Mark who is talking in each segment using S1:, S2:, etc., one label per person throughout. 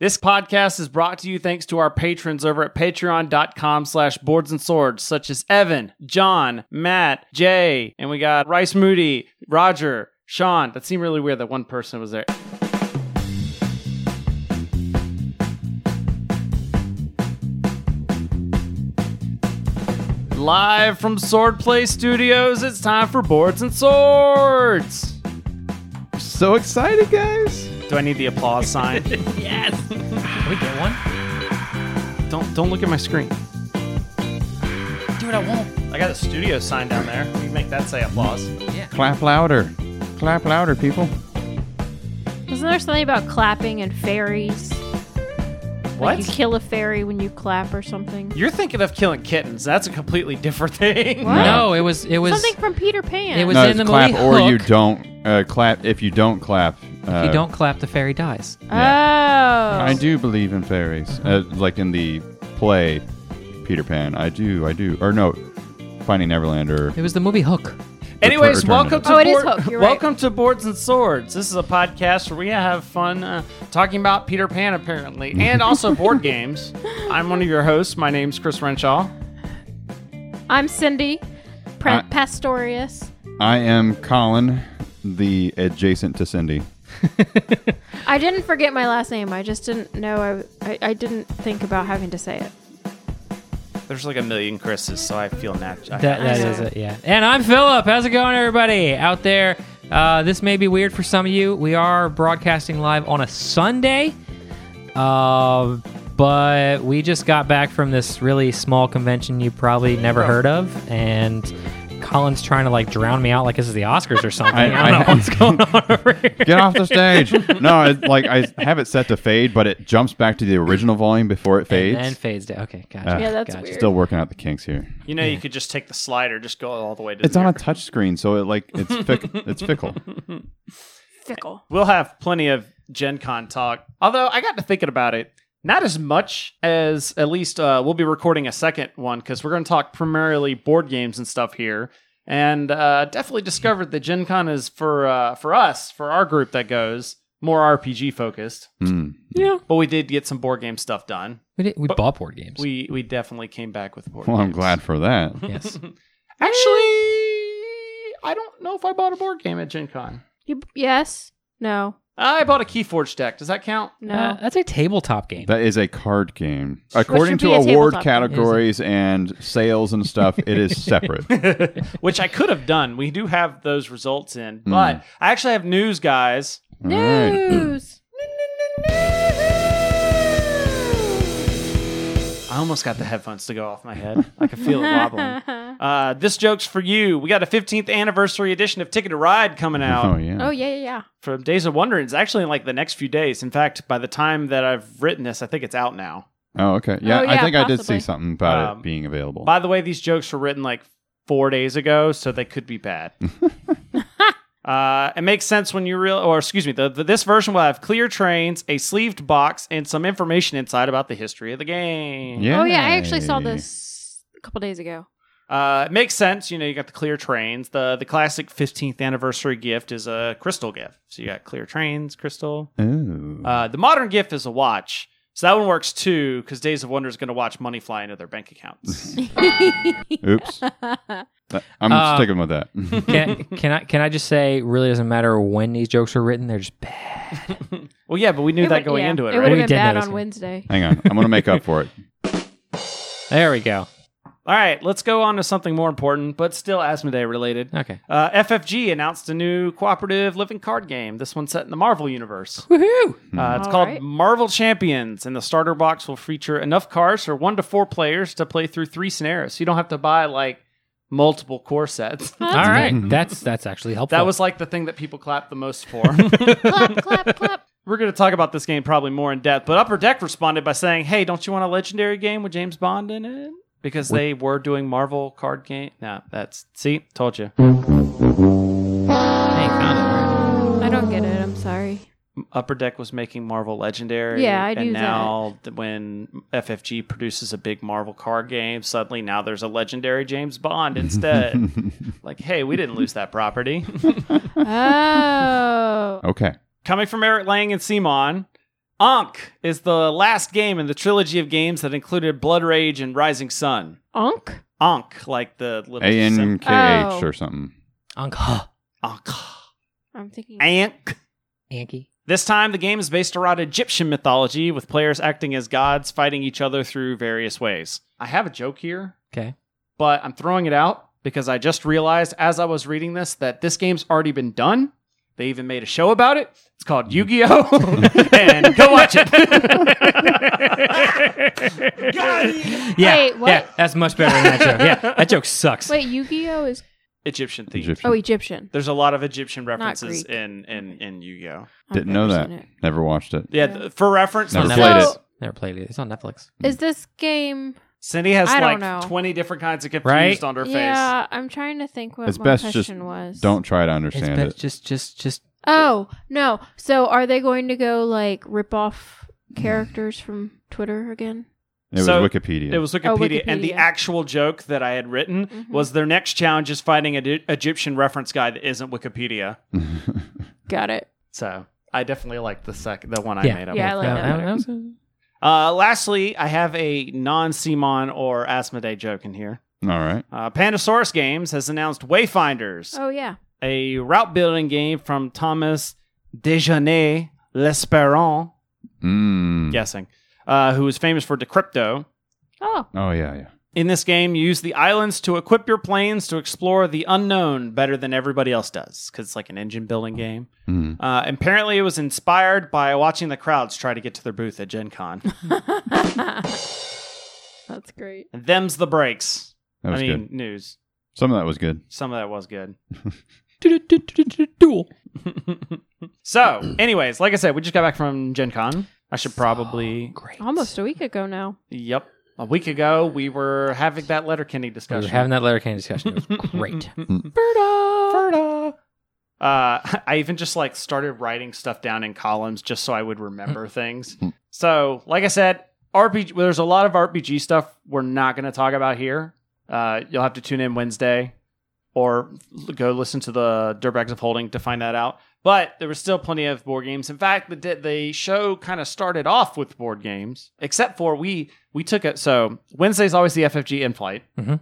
S1: This podcast is brought to you thanks to our patrons over at patreon.com slash boards and swords, such as Evan, John, Matt, Jay, and we got Rice Moody, Roger, Sean. That seemed really weird that one person was there. Live from Swordplay Studios, it's time for Boards and Swords.
S2: So excited, guys!
S1: Do I need the applause sign?
S3: Can we get one?
S1: don't don't look at my screen.
S3: Dude, I won't.
S1: I got a studio sign down there. We can make that say applause.
S2: Clap louder. Clap louder, people.
S4: Wasn't there something about clapping and fairies? Like you
S1: What?
S4: kill a fairy when you clap or something.
S1: You're thinking of killing kittens. That's a completely different thing.
S4: What?
S3: No, it was it was
S4: something from Peter Pan.
S3: it was-
S2: no,
S3: in
S2: it's
S3: the
S2: clap
S3: movie
S2: or you
S3: Hook.
S2: don't uh, clap. If you don't clap, uh,
S3: if you don't clap, the fairy dies.
S4: oh.
S2: I do believe in fairies, uh, like in the play Peter Pan. I do, I do, or no, Finding Neverland, or
S3: It was the movie Hook.
S1: Anyways,
S2: Return-
S1: welcome
S2: Return
S1: to
S4: Oh, it is
S1: Board-
S4: Hook, you're right.
S1: welcome to Boards and Swords. This is a podcast where we have fun uh, talking about Peter Pan, apparently, and also board games. I'm one of your hosts. My name's Chris Renshaw.
S4: I'm Cindy pra-
S2: I-
S4: Pastorius.
S2: I am Colin, the adjacent to Cindy.
S4: I didn't forget my last name. I just didn't know. I, I, I didn't think about having to say it.
S1: There's like a million Chris's, so I feel natural.
S3: That, that
S4: know.
S3: is it, yeah. And I'm Philip. How's it going, everybody out there? Uh, this may be weird for some of you. We are broadcasting live on a Sunday, uh, but we just got back from this really small convention you probably never heard of, and Colin's trying to like drown me out like this is the Oscars or something. I,
S2: I-
S3: don't
S2: I-
S3: know what's going on over here.
S2: Get off the stage! No, it, like I have it set to fade, but it jumps back to the original volume before it fades.
S3: And fades Uh. down. Okay, Ah, gotcha.
S4: Yeah, that's weird.
S2: Still working out the kinks here.
S1: you know, you could just take the slider, just go all the way to
S2: It's
S1: the
S2: on a
S1: mirror.
S2: touch screen, so it like it's fick, it's fickle.
S4: Fickle.
S1: We'll have plenty of Gen Con talk. Although I got to thinking about it, not as much as at least uh, we'll be recording a second one because we're going to talk primarily board games and stuff here. And uh, definitely discovered that Gen Con is for uh, for us, for our group that goes more RPG focused.
S2: Hmm.
S3: Yeah.
S1: But we did get some board game stuff done.
S3: We, did, Oh. we bought board games.
S1: We we definitely came back with board.
S2: Well, I'm
S1: games.
S2: glad for that.
S3: yes.
S1: Actually, I don't know if I bought a board game at Gen Con.
S4: You, yes? No.
S1: I bought a Keyforge deck. Does that count?
S4: No.
S3: Uh, that's a tabletop game.
S2: That is a card game. According to
S4: should be a
S2: award
S4: tabletop game.
S2: categories and sales and stuff, it is separate.
S1: which I could have done. We do have those results in, but
S2: Hmm.
S1: I actually have news, guys.
S2: All right.
S4: News.
S1: I almost got the headphones to go off my head. I could feel it wobbling. Uh, this joke's for you. We got a 15th anniversary edition of Ticket to Ride coming out
S2: Oh yeah.
S4: oh, yeah, yeah, yeah.
S1: from Days of Wonder. It's actually in like the next few days. In fact, by the time that I've written this, I think it's out now.
S2: Oh okay. Yeah,
S4: Oh,
S2: I
S4: yeah,
S2: think I did see
S4: possibly.
S2: something about
S1: Um,
S2: it being available.
S1: By the way, these jokes were written like four days ago, so they could be bad. uh, it makes sense when you real, or excuse me, the, the, this version will have clear trains, a sleeved box, and some information inside about the history of the game.
S2: Yeah.
S4: Oh, yeah. I actually saw this a couple days ago.
S1: Uh, it makes sense. You know, you got the clear trains. the The classic 15th anniversary gift is a crystal gift, so you got clear trains, crystal.
S2: Ooh.
S1: Uh, the modern gift is a watch. So that one works too, because Days of Wonder is going to watch money fly into their bank accounts.
S2: Oops. That- I'm
S1: Um,
S3: Uh,
S2: sticking with that.
S3: can, can I can I just say it really doesn't matter when these jokes were written, they're just bad.
S1: well, yeah, but we knew
S4: It
S1: that
S4: would-
S1: going
S4: yeah,
S1: into it,
S4: It
S1: right?
S4: would
S3: We
S4: have
S3: did
S4: been bad
S3: know this
S4: on
S3: one.
S4: Wednesday.
S2: Hang on. I'm gonna make up for it.
S3: There we go.
S1: All right, let's go on to something more important, but still Asmodee related.
S3: Okay.
S1: Uh, FFG announced a new cooperative living card game. This one's set in the Marvel universe.
S3: Woohoo!
S1: Uh, it's
S4: All
S1: called
S4: right.
S1: Marvel Champions, and the starter box will feature enough cards for one to four players to play through three scenarios. So you don't have to buy like multiple core sets.
S3: All right. That's that's actually helpful.
S1: that was like the thing that people clapped the most for.
S4: clap, clap, clap.
S1: We're going to talk about this game probably more in depth, but Upper Deck responded by saying, "Hey, don't you want a legendary game with James Bond in it?" Because they were doing Marvel card game. No, that's see, told you.
S3: Hey, found
S4: I don't get it. I'm sorry.
S1: Upper Deck was making Marvel legendary.
S4: Yeah, I
S1: And
S4: knew
S1: now th- when FFG produces a big Marvel card game, suddenly now there's a legendary James Bond instead. like, hey, we didn't lose that property.
S4: Oh.
S2: okay.
S1: Coming from Eric Lang and Simon, Ankh is the last game in the trilogy of games that included Blood Rage and Rising Sun.
S4: Onk?
S1: Ankh, like the little
S2: A N
S1: sim-
S2: K H
S4: Oh.
S2: or something.
S3: Anka.
S1: Ankh.
S4: I'm thinking.
S1: Ankh.
S3: Anki.
S1: This time, the game is based around Egyptian mythology, with players acting as gods fighting each other through various ways. I have a joke here,
S3: Okay.
S1: but I'm throwing it out because I just realized as I was reading this that this game's already been done. They even made a show about it. It's
S4: Mm-hmm.
S1: called Yu Gi Oh! and go watch it.
S3: Yeah.
S4: Wait, what?
S3: Yeah, that's much better than that joke. Yeah, that joke sucks.
S4: Wait, Yu Gi Oh! is.
S1: Egyptian theme.
S2: Egyptian.
S4: Oh, Egyptian.
S1: There's a lot of Egyptian references
S4: Greek.
S1: in, in, in Yu Gi Oh!
S4: I've
S2: Didn't know
S4: never
S2: that.
S4: seen it.
S2: Never watched it.
S1: Yeah, th- for reference,
S2: Never
S1: this
S4: played
S1: is-
S4: it.
S3: Never played it. It's on Netflix.
S4: Is this game.
S1: Cindy has
S4: I
S1: like
S4: don't know.
S1: 20 different kinds of confused
S3: Right?
S1: on her face.
S4: Yeah, I'm trying to think what
S2: It's
S4: my
S2: best just
S4: question was.
S2: Don't try to
S3: It's
S2: understand
S3: been-
S2: it.
S3: just, just, just.
S4: Oh no! So are they going to go like rip off characters from Twitter again?
S2: It was
S1: So,
S2: Wikipedia.
S1: It was Wikipedia,
S4: Oh,
S1: and the
S4: Wikipedia.
S1: actual joke that I had written
S4: Mhm.
S1: was their next challenge is finding an Egyptian reference guy that isn't Wikipedia.
S4: Got it.
S1: So I definitely like the sec- the one
S3: Yeah.
S1: I made up.
S4: Yeah, I
S1: with that.
S4: like that
S3: Yeah,
S4: better.
S3: that was a-
S1: Uh, lastly, I have a non Simon or Asmodee joke in here.
S2: All right.
S1: Uh, Pandasaurus Games has announced Wayfinders,
S4: Oh yeah.
S1: a route building game from Thomas Desjardins L'Esperant,
S2: Mm.
S1: guessing, uh, who is famous for Decrypto.
S4: Oh,
S2: Oh yeah, yeah.
S1: In this game, you use the islands to equip your planes to explore the unknown better than everybody else does, because it's like an engine building game.
S2: Mm.
S1: Uh, apparently, it was inspired by watching the crowds try to get to their booth at Gen Con.
S4: that's great.
S1: and them's the breaks.
S2: That was
S1: I mean,
S2: good.
S1: news.
S2: Some of that was good.
S1: Some of that was good.
S3: Duel.
S1: so, anyways, like I said, we just got back from Gen Con. I should probably.
S3: Oh, Great.
S4: Almost a week ago now.
S1: Yep. A week ago, we were having that letter Kenny
S3: We
S1: discussion.
S3: were having that letter can discussion. It was great.
S2: Mm.
S1: Ferda. Uh, I even just like started writing stuff down in columns just so I would remember things. So, like I said, RPG. There's a lot of RPG stuff we're not going to talk about here. Uh, you'll have to tune in Wednesday, or l- go listen to the Dirtbags of Holding to find that out. But there was still plenty of board games. In fact, the di- the show kind of started off with board games, except for we we took it. So Wednesday's always the FFG in flight.
S3: Mhm.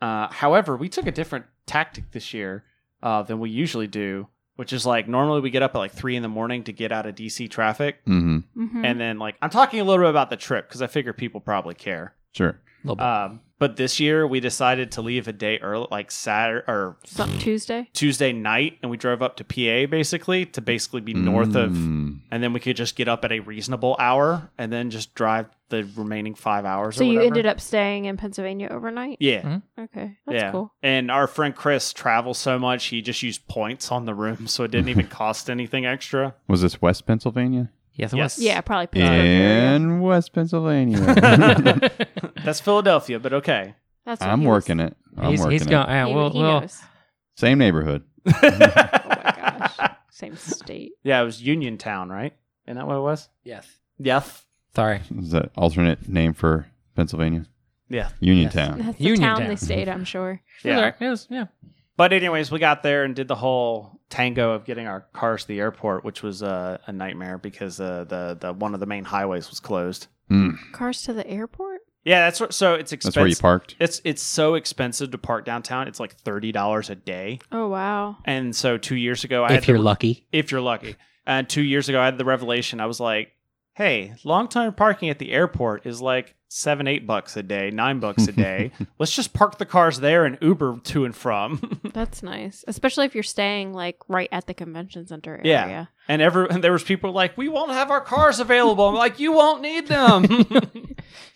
S1: Uh, however, we took a different tactic this year uh, than we usually do, which is like normally we get up at like three in the morning to get out of DC traffic,
S2: Mm-hmm.
S4: Mm-hmm.
S1: and then like I'm talking a little bit about the trip because I figure people probably care.
S2: Sure.
S3: Little bit.
S1: Um, but this year we decided to leave a day early, like Saturday or
S4: Some Tuesday.
S1: Tuesday night, and we drove up to PA basically to basically be north of,
S2: Mm.
S1: and then we could just get up at a reasonable hour and then just drive the remaining five hours.
S4: So
S1: or
S4: you
S1: whatever.
S4: ended up staying in Pennsylvania overnight.
S1: yeah.
S4: Okay, that's
S1: yeah.
S4: cool.
S1: And our friend Chris travels so much, he just used points on the room, so it didn't even cost anything extra.
S2: Was this West Pennsylvania?
S3: yes, it
S1: Yes.
S3: was.
S4: Yeah, probably.
S1: Uh,
S4: Pittsburgh area.
S2: In West Pennsylvania.
S1: That's Philadelphia, but okay.
S4: That's what
S2: I'm
S4: he was-
S2: working it. I'm
S3: he's
S2: working
S3: he's
S2: it.
S3: going. Yeah,
S4: He,
S3: we'll,
S4: he
S3: we'll,
S4: knows.
S2: Same neighborhood.
S4: Oh my gosh. Same state.
S1: Yeah, it was Uniontown, right? Isn't that what it was?
S3: yes.
S1: Yes.
S3: Sorry.
S2: Is that alternate name for Pennsylvania?
S1: Yeah.
S2: Uniontown.
S4: That's the
S3: Union
S4: town
S3: town.
S4: they stayed. I'm sure.
S3: It was
S1: Yeah.
S3: all right. It was- yeah.
S1: But anyways, we got there and did the whole tango of getting our cars to the airport, which was uh, a nightmare because uh, the the one of the main highways was closed.
S2: Mm.
S4: Cars to the airport.
S1: Yeah, that's what, so it's
S2: That's
S1: expensive.
S2: where you parked.
S1: It's it's so expensive to park downtown. It's like thirty dollars a day.
S4: Oh wow.
S1: And so two years ago, I had
S3: If
S1: the-
S3: you're lucky.
S1: if you're lucky. And two years ago, I had the revelation. I was like, "Hey, long time parking at the airport is like seven, eight bucks a day, nine bucks a day. Let's just park the cars there and Uber to and from."
S4: That's nice, especially if you're staying like right at the convention center area.
S1: Yeah. and every and there was people like, "We won't have our cars available." I'm like, "You won't need them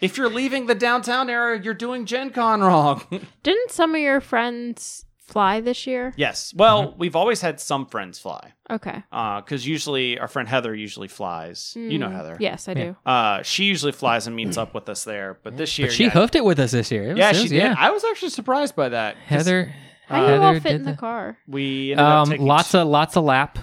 S1: if you're leaving the downtown area. You're doing Gen Con wrong."
S4: Didn't some of your friends fly this year?
S1: yes. Mm-hmm. Well, we've always had some friends fly
S4: Okay.
S1: because usually our friend Heather usually flies. You know
S4: Mm,
S1: Heather.
S4: Yes, I
S3: Yeah.
S4: do.
S1: Uh, she usually flies and meets up with us there, but this year
S3: But she
S1: yeah,
S3: hoofed it with us this year. It was-
S1: Yeah,
S3: it
S1: she
S3: was-
S1: did. I was actually surprised by that. 'cause
S3: Heather.
S4: How do you all
S3: Heather
S4: fit
S3: did
S4: in the
S3: the-
S4: car?
S1: we ended up
S3: Um,
S1: taking
S3: lots
S1: two-
S3: of lots of lap.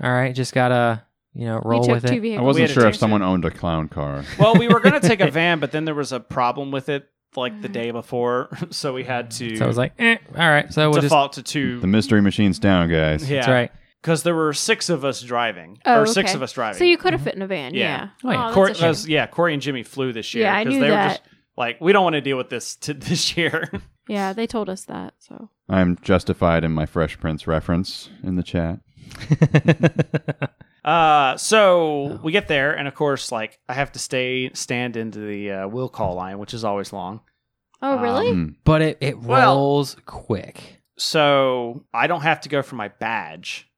S3: All right, just gotta you know roll
S4: we took
S3: with
S4: two
S3: it.
S2: I
S1: We
S4: vehicles.
S1: had
S2: wasn't
S1: a
S2: sure if
S1: taxi.
S2: someone owned a clown car.
S1: well, we were gonna take a van, but then there was a problem with it like
S4: Mm.
S1: the day before, so we had to
S3: So I was like, eh, all right. So we'll just
S1: default to
S2: The
S1: two.
S2: mystery machine's down, guys.
S1: Yeah,
S3: that's right.
S1: because there were six of us driving,
S4: Oh,
S1: or six
S4: okay.
S1: of us driving.
S4: So you could have fit in a van. Yeah.
S3: Oh, Mm-hmm. yeah.
S4: that's
S1: Cor-
S4: a shame.
S1: those- yeah, Corey and Jimmy flew this year
S4: Yeah, I knew
S1: they
S4: that.
S1: were just like, we don't want to deal with this to this year.
S4: yeah, they told us that. So
S2: I'm justified in my Fresh Prince reference in the chat.
S1: Uh, so we get there, and of course, like I have to stay stand into the uh, will call line, which is always long.
S4: Oh
S1: Um,
S4: really?
S2: Mm.
S3: but it, it
S1: Well-
S3: rolls quick.
S1: So I don't have to go for my badge.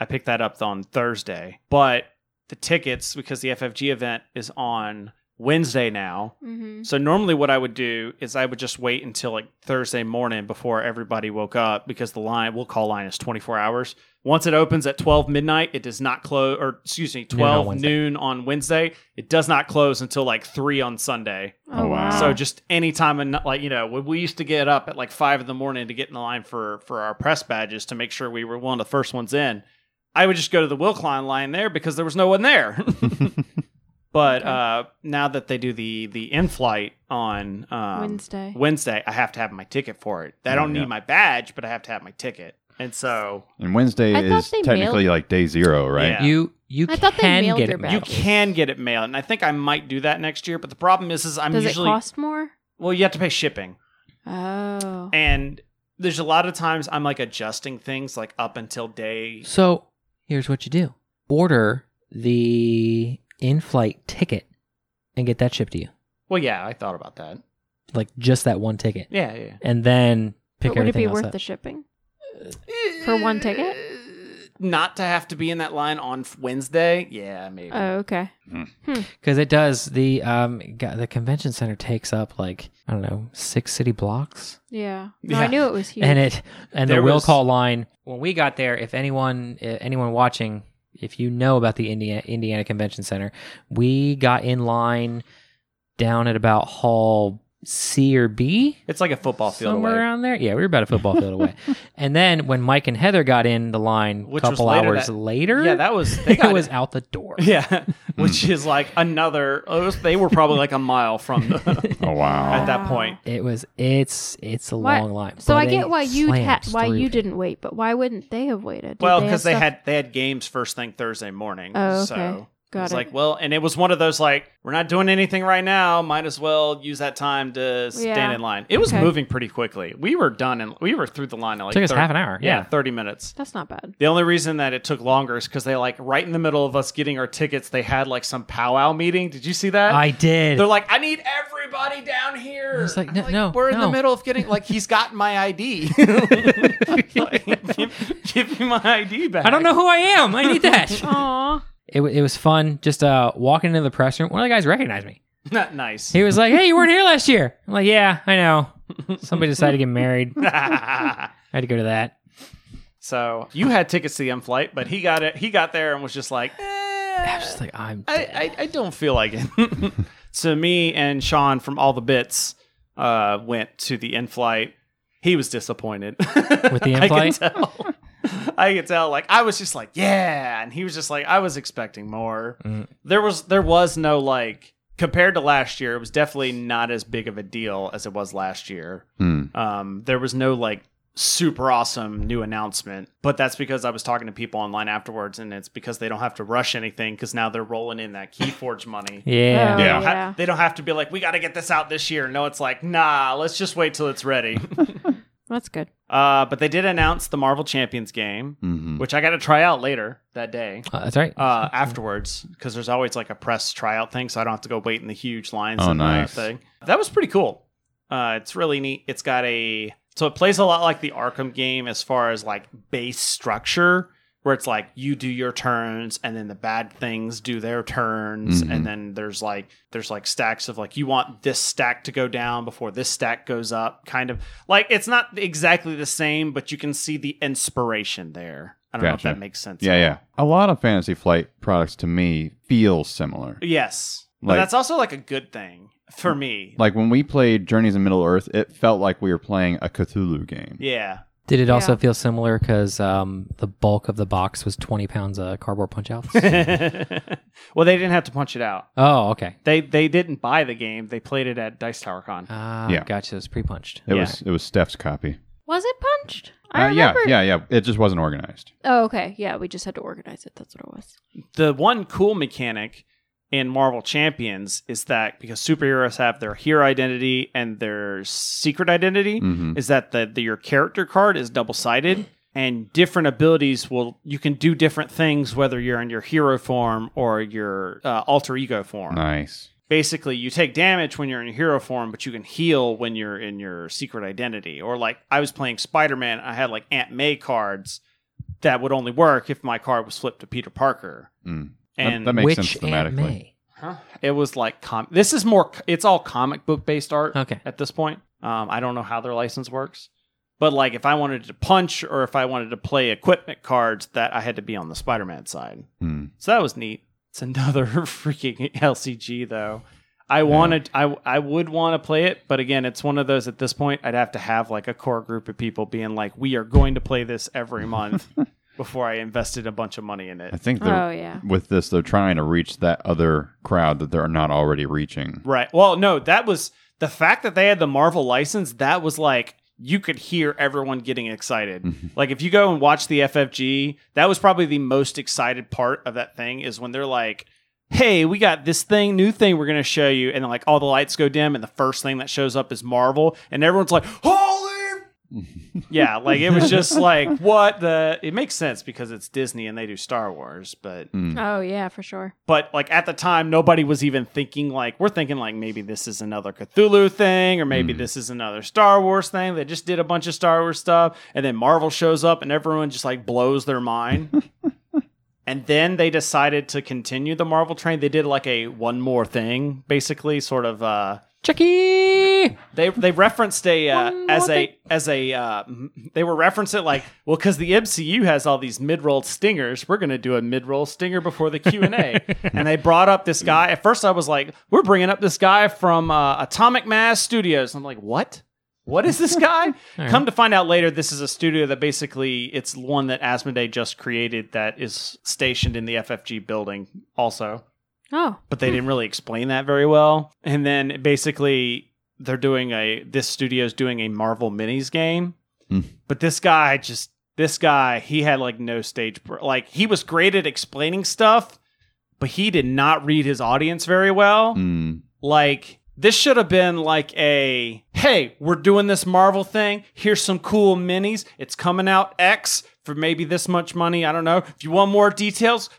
S1: I picked that up on Thursday, but the tickets because the FFG event is on Wednesday now.
S4: mm-hmm.
S1: So normally what I would do is I would just wait until like Thursday morning before everybody woke up because the line we'll call line is 24 hours. Once it opens at 12 midnight, it does not close or excuse me,
S3: Noon on
S1: 12
S3: Wednesday.
S1: noon on Wednesday. It does not close until like 3 on Sunday.
S2: Oh, wow.
S1: So just any time and like you know, when we used to get up at like 5 in the morning to get in the line for for our press badges to make sure we were one of the first ones in. I would just go to the Will Klein line there because there was no one there. But
S4: Okay.
S1: uh, now that they do the the in flight on um,
S4: Wednesday.
S1: Wednesday, I have to have my ticket for it. I don't
S2: Yeah.
S1: need my badge, but I have to have my ticket. And so
S2: And Wednesday
S4: I thought
S2: is
S4: they
S2: technically like day zero, right?
S1: Yeah.
S3: You you can
S4: I thought they mailed
S3: get
S4: your
S3: it
S4: badge.
S1: you
S3: mailed.
S1: can get it mailed, and I think I might do that next year. But the problem is, is I'm
S4: Does
S1: usually
S4: it cost more?
S1: well, you have to pay shipping,
S4: Oh.
S1: and there's a lot of times I'm like adjusting things like up until day.
S3: So here's what you do: order the in-flight ticket and get that shipped to you,
S1: Well, yeah, I thought about that.
S3: like just that one ticket,
S1: Yeah, yeah.
S3: and then pick
S4: But would it
S3: everything
S4: be
S3: else
S4: worth
S3: up.
S4: the shipping? For one ticket?
S1: Not to have to be in that line on Wednesday. Yeah, maybe.
S4: Oh, okay.
S3: because it does the um g- the convention center takes up like I don't know six city blocks,
S4: Yeah. No,
S1: Yeah.
S4: I knew it was huge.
S3: and it and the
S1: There
S3: will
S1: was-
S3: call line when we got there. If anyone i- anyone watching, if you know about the Indiana Indiana Convention Center, we got in line down at about hall C or B.
S1: it's like a football field
S3: somewhere
S1: away.
S3: around there. Yeah, we were about a football field away. And then when Mike and Heather got in the line a
S1: Which was
S3: couple
S1: later
S3: hours
S1: that-
S3: later,
S1: Yeah, that was they
S3: it
S1: got
S3: was out the door.
S1: Yeah, which is like another. it was- they were probably like a mile from the,
S2: Oh wow.
S1: at that point.
S3: It was it's it's a
S4: Why-
S3: long line.
S4: So
S3: but
S4: I get
S3: it
S4: why you ha-
S3: slams
S4: why
S3: through
S4: you
S3: it.
S4: didn't wait, but why wouldn't they have waited? Did
S1: Well, because they,
S4: have stuff-
S1: had they had games first thing Thursday morning.
S4: Oh, okay.
S1: So
S4: Got
S1: it's
S4: it.
S1: like well, and it was one of those like we're not doing anything right now. Might as well use that time to stand
S4: Yeah.
S1: in line. It was
S4: Okay.
S1: moving pretty quickly. We were done and we were through the line. At like
S3: Took us
S1: 30
S3: half an hour, yeah.
S1: thirty minutes.
S4: That's not bad.
S1: The only reason that it took longer is because they like right in the middle of us getting our tickets, they had like some powwow meeting. Did you see that?
S3: I did.
S1: They're like, I need everybody down here.
S3: He's like,
S1: I'm
S3: "No, no,
S1: we're in the
S3: no."
S1: middle of getting like he's got my ID. Like, give, give me my ID back.
S3: I don't know who I am. I need that.
S4: Aw.
S3: it, wa- it was fun just uh walking into the press room. One of the guys recognized me.
S1: Not nice.
S3: He was like, "Hey, you weren't here last year." I'm like, "Yeah, I know." Somebody decided to get married. I had to go to that.
S1: so you had tickets to the M flight, but he got it. He got there and was just like, eh,
S3: I was just like, "I'm
S1: I, I, I don't feel like it. so me and Sean from all the bits uh, went to the in flight. He was disappointed with
S3: the in-flight?
S1: I could tell. I could tell. Like I was just like, yeah, and he was just like, I was expecting more.
S3: Mm.
S1: There was there was no like compared to last year. It was definitely not as big of a deal as it was last year.
S2: Hmm.
S1: Um, there was no like super awesome new announcement, but that's because I was talking to people online afterwards, and it's because they don't have to rush anything because now they're rolling in that KeyForge money.
S4: Oh,
S3: yeah."
S2: Yeah.
S1: Ha- They don't have to be like, we got to get this out this year. No, it's like, nah, let's just wait till it's ready.
S4: That's good.
S1: uh, but they did announce the Marvel Champions game,
S2: Mhm.
S1: which I got to try out later that day.
S3: Uh, that's right.
S1: Uh, afterwards, because there's always like a press tryout thing, so I don't have to go wait in the huge lines.
S2: Oh,
S1: and that
S2: nice.
S1: thing. That was pretty cool. Uh, it's really neat. It's got a so it plays a lot like the Arkham game as far as like base structure, where it's like you do your turns, and then the bad things do their turns,
S2: Mhm.
S1: and then there's like there's like stacks of like you want this stack to go down before this stack goes up, kind of like it's not exactly the same, but you can see the inspiration there. I don't
S2: Gotcha.
S1: know if that makes sense.
S2: Yeah,
S1: at all.
S2: yeah. A lot of Fantasy Flight products to me feel similar.
S1: Yes. But
S2: Like-
S1: that's also like a good thing for me.
S2: Like when we played Journeys in Middle Earth, it felt like we were playing a Cthulhu game.
S1: yeah.
S3: Did it also
S4: Yeah.
S3: feel similar because um, the bulk of the box was 20 pounds of cardboard punch outs?
S1: well, they didn't have to punch it out.
S3: oh, okay.
S1: They they didn't buy the game. They played it at Dice Tower Con.
S3: Uh,
S2: Yeah.
S3: Gotcha. It was pre punched.
S2: It
S1: Yeah.
S2: was it was Steph's copy.
S4: Was it punched? I
S2: Uh, yeah,
S4: remember.
S2: yeah, yeah. It just wasn't organized.
S4: Oh, okay. Yeah, we just had to organize it. That's what it was.
S1: the one cool mechanic in Marvel Champions is that because superheroes have their hero identity and their secret identity,
S2: hmm
S1: is that the, the your character card is double sided and different abilities will you can do different things whether you're in your hero form or your uh, alter ego form.
S2: Nice.
S1: Basically, you take damage when you're in your hero form, but you can heal when you're in your secret identity. Or like I was playing Spider Man, I had like Aunt May cards that would only work if my card was flipped to Peter Parker.
S2: Mm. That-
S1: And
S2: that makes
S3: Which
S2: sense
S3: Aunt
S2: thematically.
S3: May?
S1: it was like com- this is more it's all comic book based art
S3: Okay.
S1: at this point um, i don't know how their license works but like if i wanted to punch or if i wanted to play equipment cards that i had to be on the spider-man side
S2: Mm.
S1: so that was neat it's another freaking lcg though i wanted i i would want to play it but again it's one of those at this point i'd have to have like a core group of people being like we are going to play this every month before i invested a bunch of money in it
S2: I think they're
S4: Oh yeah.
S2: with this they're trying to reach that other crowd that they're not already reaching.
S1: Right. Well, no, that was the fact that they had the Marvel license. That was like you could hear everyone getting excited. like if you go and watch the FFG, that was probably the most excited part of that thing is when they're like, "Hey, we got this thing, new thing we're going to show you," and then like all the lights go dim, and the first thing that shows up is Marvel, and everyone's like, "Holy!" yeah, like it was just like what the. It makes sense because it's Disney and they do Star Wars, but
S2: Mm.
S4: Oh yeah, for sure.
S1: but like at the time nobody was even thinking like we're thinking like maybe this is another cthulhu thing or maybe
S2: Mm.
S1: this is another star wars thing they just did a bunch of star wars stuff and then marvel shows up and everyone just like blows their mind and then they decided to continue the marvel train they did like a one more thing basically sort of uh
S3: Chucky.
S1: they they referenced a uh,
S4: One more
S1: as
S4: thing.
S1: a as a uh, m- they were referencing it like well because the MCU has all these mid roll stingers we're gonna do a mid roll stinger before the Q and A and they brought up this guy at first I was like we're bringing up this guy from uh, Atomic Mass Studios I'm like what what is this guy come to find out later this is a studio that basically it's one that Asmodee just created that is stationed in the FFG building also
S4: Oh.
S1: but they didn't really explain that very well. And then basically they're doing a this studio's doing a Marvel minis game.
S2: Hmm.
S1: But this guy just this guy, he had like no stage pr- like he was great at explaining stuff, but he did not read his audience very well.
S2: Mm.
S1: Like this should have been like a hey, we're doing this Marvel thing. Here's some cool minis. It's coming out X for maybe this much money. I don't know. If you want more details,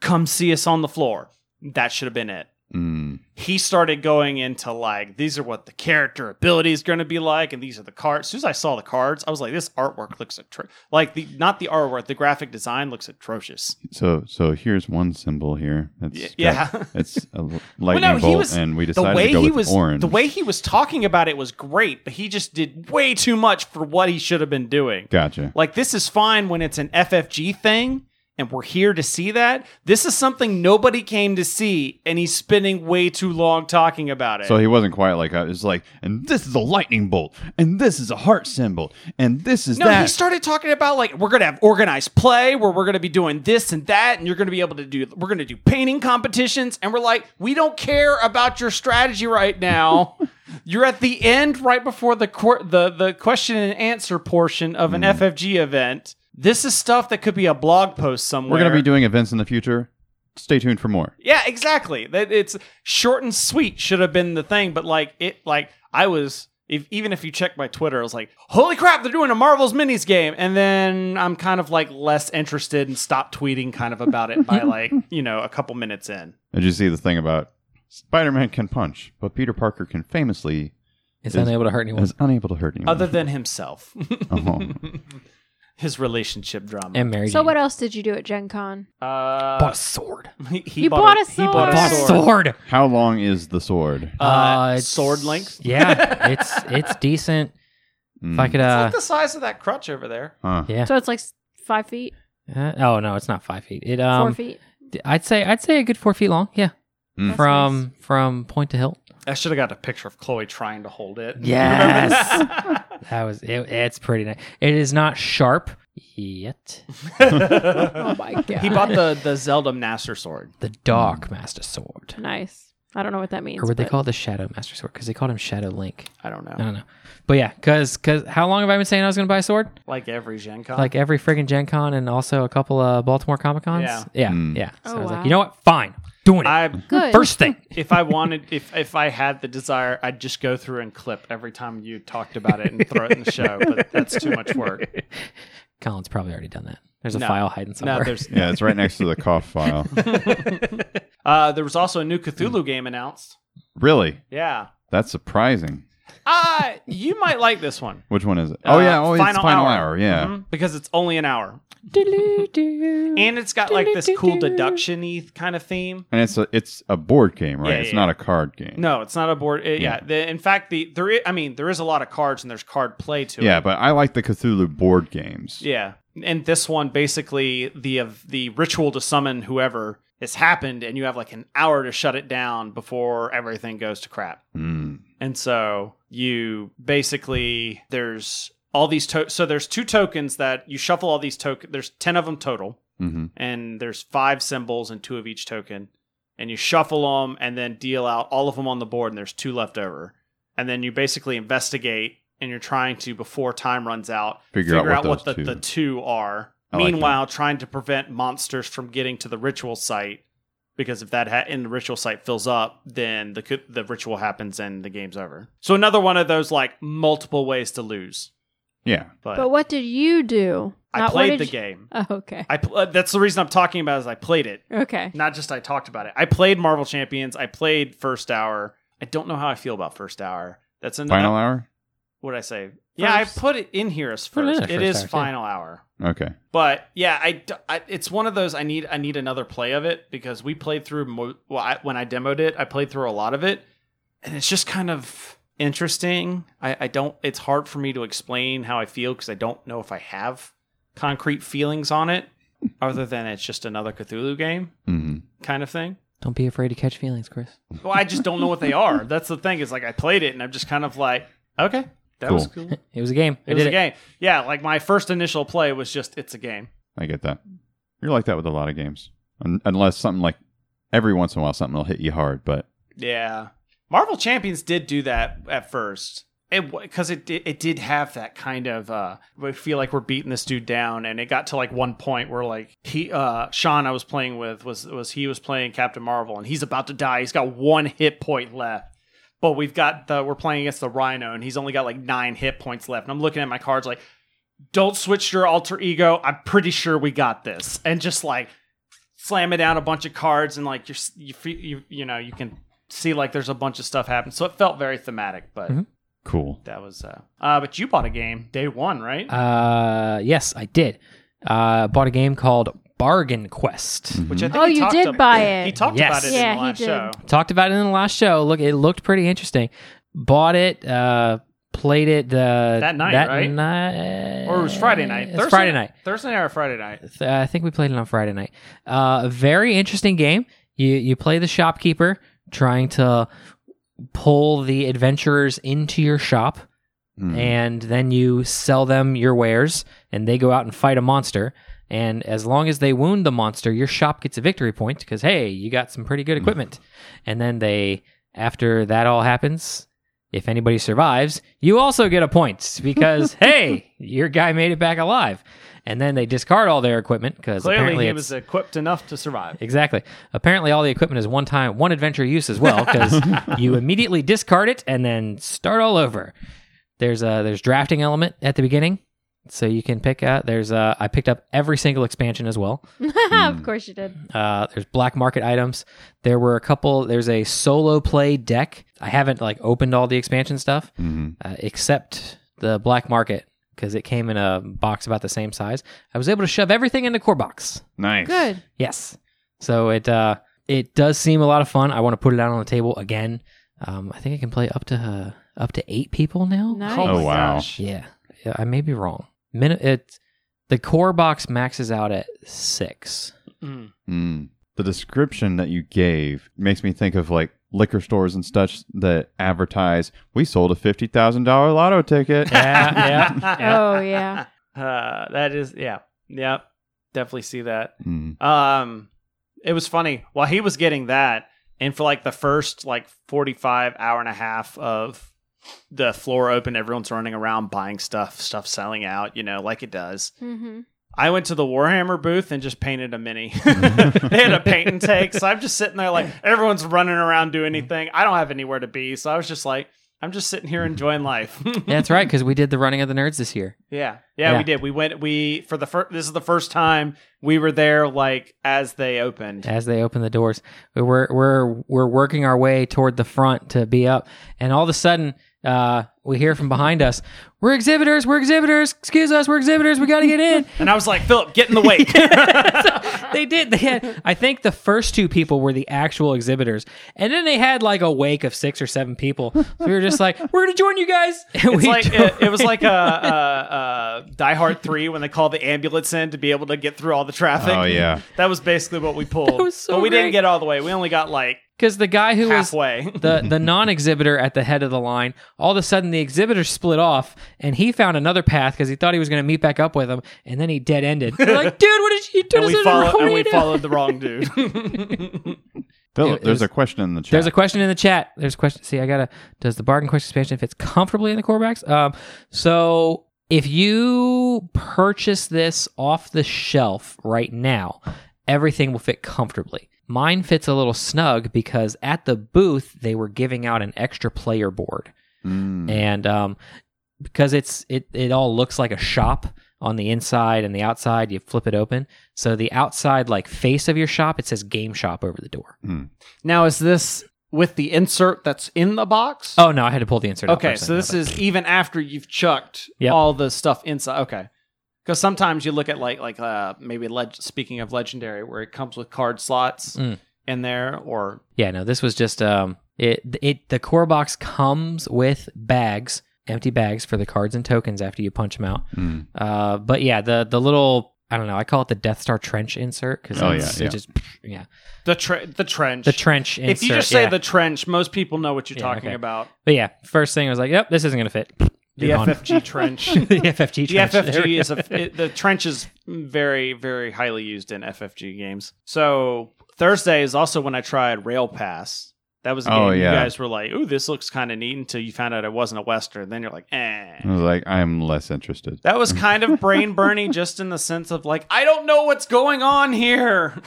S1: come see us on the floor. That should have been it
S2: Mm.
S1: he started going into like these are what the character ability is going to be like and these are the cards as soon as i saw the cards i was like this artwork looks atro- like the not the artwork the graphic design looks atrocious
S2: So so here's one symbol here. It's
S1: Y-
S2: got-
S1: yeah.
S2: it's a lightning
S1: no, he
S2: bolt,
S1: was-
S2: and we
S1: the
S2: decided
S1: way
S2: to go
S1: he
S2: with
S1: was
S2: orange.
S1: the way he was talking about it was great but he just did way too much for what he should have been doing
S2: gotcha.
S1: like this is fine when it's an ffg thing and we're here to see that this is something nobody came to see and he's spending way too long talking about it
S2: So he wasn't quite like I was like, and this is a lightning bolt, and this is a heart symbol, and this is
S1: No,
S2: that.
S1: he started talking about like we're gonna have organized play where we're gonna be doing this and that, and you're gonna be able to do we're gonna do painting competitions, and we're like, we don't care about your strategy right now. you're at the end, right before the court the the question and answer portion of an
S2: Hmm.
S1: FFG event. This is stuff that could be a blog post somewhere.
S2: We're gonna be doing events in the future. Stay tuned for more.
S1: Yeah, exactly. That it's short and sweet should have been the thing, but like it like I was if even if you check my Twitter, I was like, "Holy crap, they're doing a Marvel's minis game." And then I'm kind of like less interested and stopped tweeting kind of about it by like, you know, a couple minutes in.
S2: Did you see the thing about Spider-Man can punch, but Peter Parker can famously
S3: It's unable to hurt anyone.
S2: is unable to hurt anyone.
S1: Other than himself.
S2: oh,
S1: His relationship drama.
S3: Uh-huh. And Mary
S4: So
S3: Jane.
S4: what else did you do at Gen Con?
S1: uh,
S3: Bought a sword.
S1: He, he
S4: You bought a
S1: He bought
S3: Bought
S1: a
S3: a
S1: sword.
S3: sword.
S2: how long is the sword?
S1: Uh,
S3: it's-
S1: sword length.
S3: Yeah, it's it's decent. If I
S2: Mm.
S3: could,
S1: It's
S3: uh,
S1: like the size of that crutch over there.
S2: Huh.
S3: yeah.
S4: So it's like s- five feet,
S3: Uh, oh no, it's not five feet. It
S4: four
S3: um,
S4: feet.
S3: d- I'd say I'd say a good four feet long. Yeah,
S1: Hmm.
S4: That's
S3: from from point to hilt.
S1: I should have got a picture of Chloe trying to hold it.
S3: Yes, that was it, it's pretty nice. It is not sharp yet.
S4: nice. Oh my god.
S1: He bought the the Zelda Master Sword.
S3: The Dark Master Sword.
S4: nice. I don't know what that means.
S3: or would they
S4: but
S3: call it the Shadow Master Sword? Because they called him Shadow Link.
S1: I don't know.
S3: I don't know. But yeah, because cause how long have I been saying I was going to buy a sword?
S1: Like every Gen Con.
S3: Like every friggin' Gen Con and also a couple of Baltimore Comic Cons.
S1: Yeah.
S3: Yeah.
S2: Mm.
S3: yeah. So
S4: Oh,
S3: I was
S4: wow.
S3: like, you know what? Fine. Doing it.
S1: I
S4: Good.
S3: First thing.
S1: if I wanted if if I had the desire, I'd just go through and clip every time you talked about it and throw it in the show, but that's too much work.
S3: Colin's probably already done that. There's a
S1: No.
S3: file hiding somewhere.
S1: No, there's
S2: Yeah, it's right next to the cough file.
S1: uh there was also a new
S2: Hmm.
S1: Cthulhu game announced.
S2: Really?
S1: Yeah.
S2: That's surprising.
S1: Uh you might like this one.
S2: Which one is it? Oh yeah,
S1: Uh,
S2: oh it's final, hour. Yeah.
S1: Mhm, because it's only an hour.
S3: Doo-doo-doo.
S1: And it's got like this cool deduction y kind of theme.
S2: And it's a it's a board game, right?
S1: Yeah,
S2: it's
S1: yeah,
S2: not
S1: yeah.
S2: a card game.
S1: No, it's not a board. It, yeah.
S2: Yeah.
S1: The, in fact, the there. i- I mean, there is a lot of cards and there's card play to
S2: Yeah,
S1: it.
S2: but I like the Cthulhu board games.
S1: Yeah. And this one, basically, the of the ritual to summon whoever has happened, and you have like an hour to shut it down before everything goes to crap.
S2: Mm.
S1: And so you basically there's all these to- so there's two tokens that you shuffle all these token. There's ten of them total.
S2: hmm
S1: and there's five symbols and two of each token and you shuffle them and then deal out all of them on the board and there's two left over and then you basically investigate and you're trying to before time runs out
S2: Figure out what
S1: what, the,
S2: those two-
S1: the two are
S2: I like
S1: meanwhile trying to prevent monsters from getting to the ritual site because if that ha- and the ritual site fills up then the co- the ritual happens and the game's over so another one of those like multiple ways to lose
S2: Yeah.
S1: but,
S4: But what did you do?
S1: i
S4: Not what
S1: played
S4: did
S1: the
S4: you-
S1: game
S4: Oh, okay.
S1: I pl- uh, that's the reason i'm talking about is i played it
S4: Okay.
S1: not just I talked about it. I played Marvel Champions. I played First Hour. I don't know how I feel about First Hour. That's in
S2: Final hour?
S1: What did I say? Yeah, I
S4: First-
S1: put it in here as
S3: Put it in
S1: first.
S3: as
S1: It
S3: first
S1: is
S3: hour, too.
S1: Final Hour.
S2: Okay.
S1: But yeah, I, d- I- it's one of those I need I need another play of it because we played through mo- well I, when I demoed it I played through a lot of it and it's just kind of interesting. I, I don't it's hard for me to explain how I feel because I don't know if I have concrete feelings on it other than it's just another Cthulhu game
S2: hmm
S1: kind of thing.
S3: Don't be afraid to catch feelings, Chris.
S1: Well, I just don't know what they are. That's the thing. Is like I played it and I'm just kind of like, okay, that was cool. It
S3: It was a game. I
S1: was
S3: did
S1: a game. Yeah, like my first initial play was just it's a game.
S2: I get that. You're like that with a lot of games. Un- unless something like every once in a while something will hit you hard, but
S1: Yeah, Marvel Champions did do that at first. It because it di- it did have that kind of uh we feel like we're beating this dude down and it got to like one point where like he uh Sean I was playing with was was he was playing Captain Marvel and he's about to die he's got one hit point left but we've got the we're playing against the Rhino and he's only got like nine hit points left and I'm looking at my cards like don't switch your alter ego I'm pretty sure we got this and just like slamming down a bunch of cards and like you're s- you fe- you you know you can see like there's a bunch of stuff happening so it felt very thematic but
S3: Mhm.
S2: cool.
S1: that was uh, uh but you bought a game day one right
S3: Uh, yes, I did. Uh, bought a game called Bargain Quest.
S2: Hmm. Mm-hmm.
S1: which I think
S4: Oh,
S1: he
S4: you
S1: talked
S4: did
S1: ab-
S4: buy it.
S1: he talked
S3: Yes.
S1: about it
S4: Yeah,
S1: in
S4: he
S1: the last
S4: did.
S1: show
S3: Talked about it in the last show. Look, it looked pretty interesting. Bought it. Uh, played it uh,
S1: That night, right?
S3: night-
S1: or it was Friday night
S3: It's Uh, Friday night.
S1: Thursday night or Friday night
S3: Th- I think we played it on Friday night. Uh, very interesting game. You you play the shopkeeper trying to pull the adventurers into your shop,
S1: Mm-hmm.
S2: Mm.
S3: and then you sell them your wares, and they go out and fight a monster. And as long as they wound the monster, your shop gets a victory point because hey, you got some pretty
S1: Mm.
S3: good equipment. and then they, after that all happens, if anybody survives, you also get a point because hey, your guy made it back alive. And then they discard all their equipment because
S1: clearly
S3: apparently
S1: he
S3: it's-
S1: was equipped enough to survive
S3: Exactly. Apparently, all the equipment is one time, one adventure use as well, because you immediately discard it and then start all over. There's a there's drafting element at the beginning, so you can pick. Uh, there's uh, I picked up every single expansion as well.
S4: of
S1: Hmm.
S4: course you did.
S3: Uh, there's black market items. There were a couple. There's a solo play deck. I haven't like opened all the expansion stuff
S2: Mhm.
S3: uh, except the black market because it came in a box about the same size. I was able to shove everything in the core box.
S2: Nice.
S4: Good.
S3: Yes. So it uh, it does seem a lot of fun. I want to put it out on the table again. Um, I think I can play up to uh, up to eight people now.
S4: Nice.
S1: oh my
S2: Oh, wow.
S1: gosh
S3: Yeah, Yeah, I may be wrong. Min- it the core box maxes out at six.
S1: Mm.
S2: Mm. The description that you gave makes me think of like liquor stores and such that advertise we sold a fifty thousand dollar lotto ticket.
S3: Yeah,
S4: Oh yeah.
S1: uh, that is yeah yeah definitely see that
S2: Mm.
S1: Um, it was funny while he was getting that. And for like the first like 45 hour and a half of the floor open, everyone's running around buying stuff, stuff selling out, you know, like it does.
S4: Mm-hmm.
S1: I went to the Warhammer booth and just painted a mini. they had a paint and take, so I'm just sitting there like everyone's running around doing anything. I don't have anywhere to be, so I was just like, I'm just sitting here enjoying life.
S3: That's right, because we did the running of the nerds this year.
S1: yeah. yeah,
S3: Yeah.
S1: we did. We went. We for the first. This is the first time we were there, like as they opened.
S3: as they open the doors. We're we're we're working our way toward the front to be up, and all of a sudden, uh, we hear from behind us, "We're exhibitors! We're exhibitors! Excuse us! We're exhibitors! We got to get in!"
S1: And I was like, Philip, get in the way.
S3: they did. They had. I think the first two people were the actual exhibitors, and then they had like a wake of six or seven people. So we were just like, "We're gonna join you guys!" And
S1: It's
S3: we
S1: like
S3: joined.
S1: it, it was like a, a, a Die Hard three when they called the ambulance in to be able to get through all the traffic.
S2: Oh, yeah.
S1: that was basically what we pulled.
S3: was so
S1: but we
S3: great.
S1: didn't get all the way. We only got like
S3: because the guy who was
S1: halfway.
S3: the the non-exhibitor at the head of the line all of a sudden the exhibitor split off and he found another path because he thought he was going to meet back up with him and then he dead-ended We're like dude what did you do
S1: and
S3: This
S1: we
S3: is a
S1: followed and we
S3: rodeo."
S1: followed the wrong dude.
S2: Philip,
S3: it
S2: there's
S3: was-
S2: a question in the chat.
S3: there's a question in the chat there's a question see i gotta does the bargain quest expansion fits comfortably in the core box um so if you purchase this off the shelf right now everything will fit comfortably mine fits a little snug because at the booth they were giving out an extra player board
S1: Mm-hmm.
S2: Mm.
S3: and um, because it's it it all looks like a shop on the inside and the outside you flip it open so the outside like face of your shop it says game shop over the door
S1: now is this with the insert that's in the box?
S3: oh no i had to pull the insert out
S1: okay.
S3: first.
S1: So this is even after you've chucked
S3: Yep.
S1: all the stuff inside. Okay. Because sometimes you look at like like uh, maybe leg- speaking of legendary, where it comes with card slots
S3: Mm.
S1: in there, or
S3: yeah no this was just um it it the core box comes with bags empty bags for the cards and tokens after you punch them out
S2: Mm.
S3: uh but yeah the the little i don't know i call it the death star trench insert because
S2: Oh, yeah,
S3: it
S2: yeah.
S3: just yeah
S1: the tre- the trench.
S3: the trench insert
S1: if you just say
S3: yeah.
S1: the trench, most people know what you're
S3: Yeah,
S1: talking
S3: okay.
S1: about.
S3: but yeah first thing i was like yep this isn't gonna fit
S1: The
S3: You're gone.
S1: FFG trench.
S3: the
S1: The
S3: FFG trench. There we
S1: FFG
S3: go.
S1: is a, it, the trench is very very highly used in FFG games. So Thursday is also when I tried Rail Pass. That was a game
S2: Oh,
S1: you
S2: yeah.
S1: guys were like, "Ooh, this looks kind of neat," until you found out it wasn't a western. Then you're like, "Eh."
S2: I was like, I'm less interested.
S1: That was kind of brain burning, just in the sense of like, I don't know what's going on here.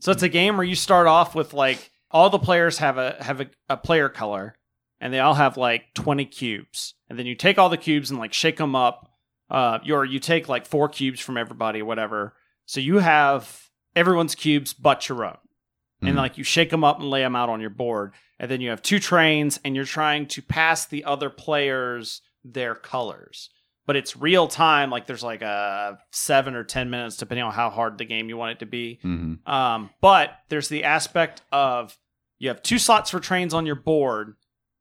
S1: So it's a game where you start off with like all the players have a have a, a player color, and they all have like twenty cubes, and then you take all the cubes and like shake them up. Uh, you- or you take like four cubes from everybody, whatever. So you have everyone's cubes but your own, and
S2: Mhm.
S1: like you shake them up and lay them out on your board, and then you have two trains, and you're trying to pass the other players their colors but it's real time. Like there's like a seven or ten minutes, depending on how hard the game you want it to be.
S2: hmm
S1: Um, but there's the aspect of you have two slots for trains on your board,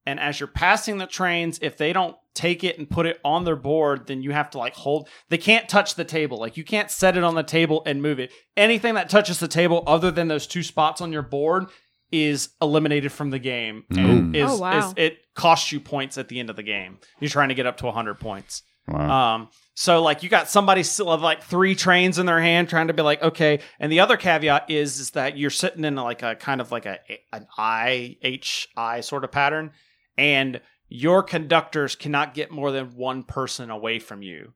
S1: and as you're passing the trains, if they don't take it and put it on their board, then you have to like hold. They can't touch the table. Like you can't set it on the table and move it. Anything that touches the table other than those two spots on your board is eliminated from the game and
S4: Ooh.
S1: is,
S4: Oh, wow.
S1: is it costs you points at the end of the game. You're trying to get up to 100 points.
S2: Wow.
S1: Um, so like you got somebody still have like three trains in their hand trying to be like, okay. And the other caveat is is that you're sitting in like a kind of like a an I H I sort of pattern, and your conductors cannot get more than one person away from you.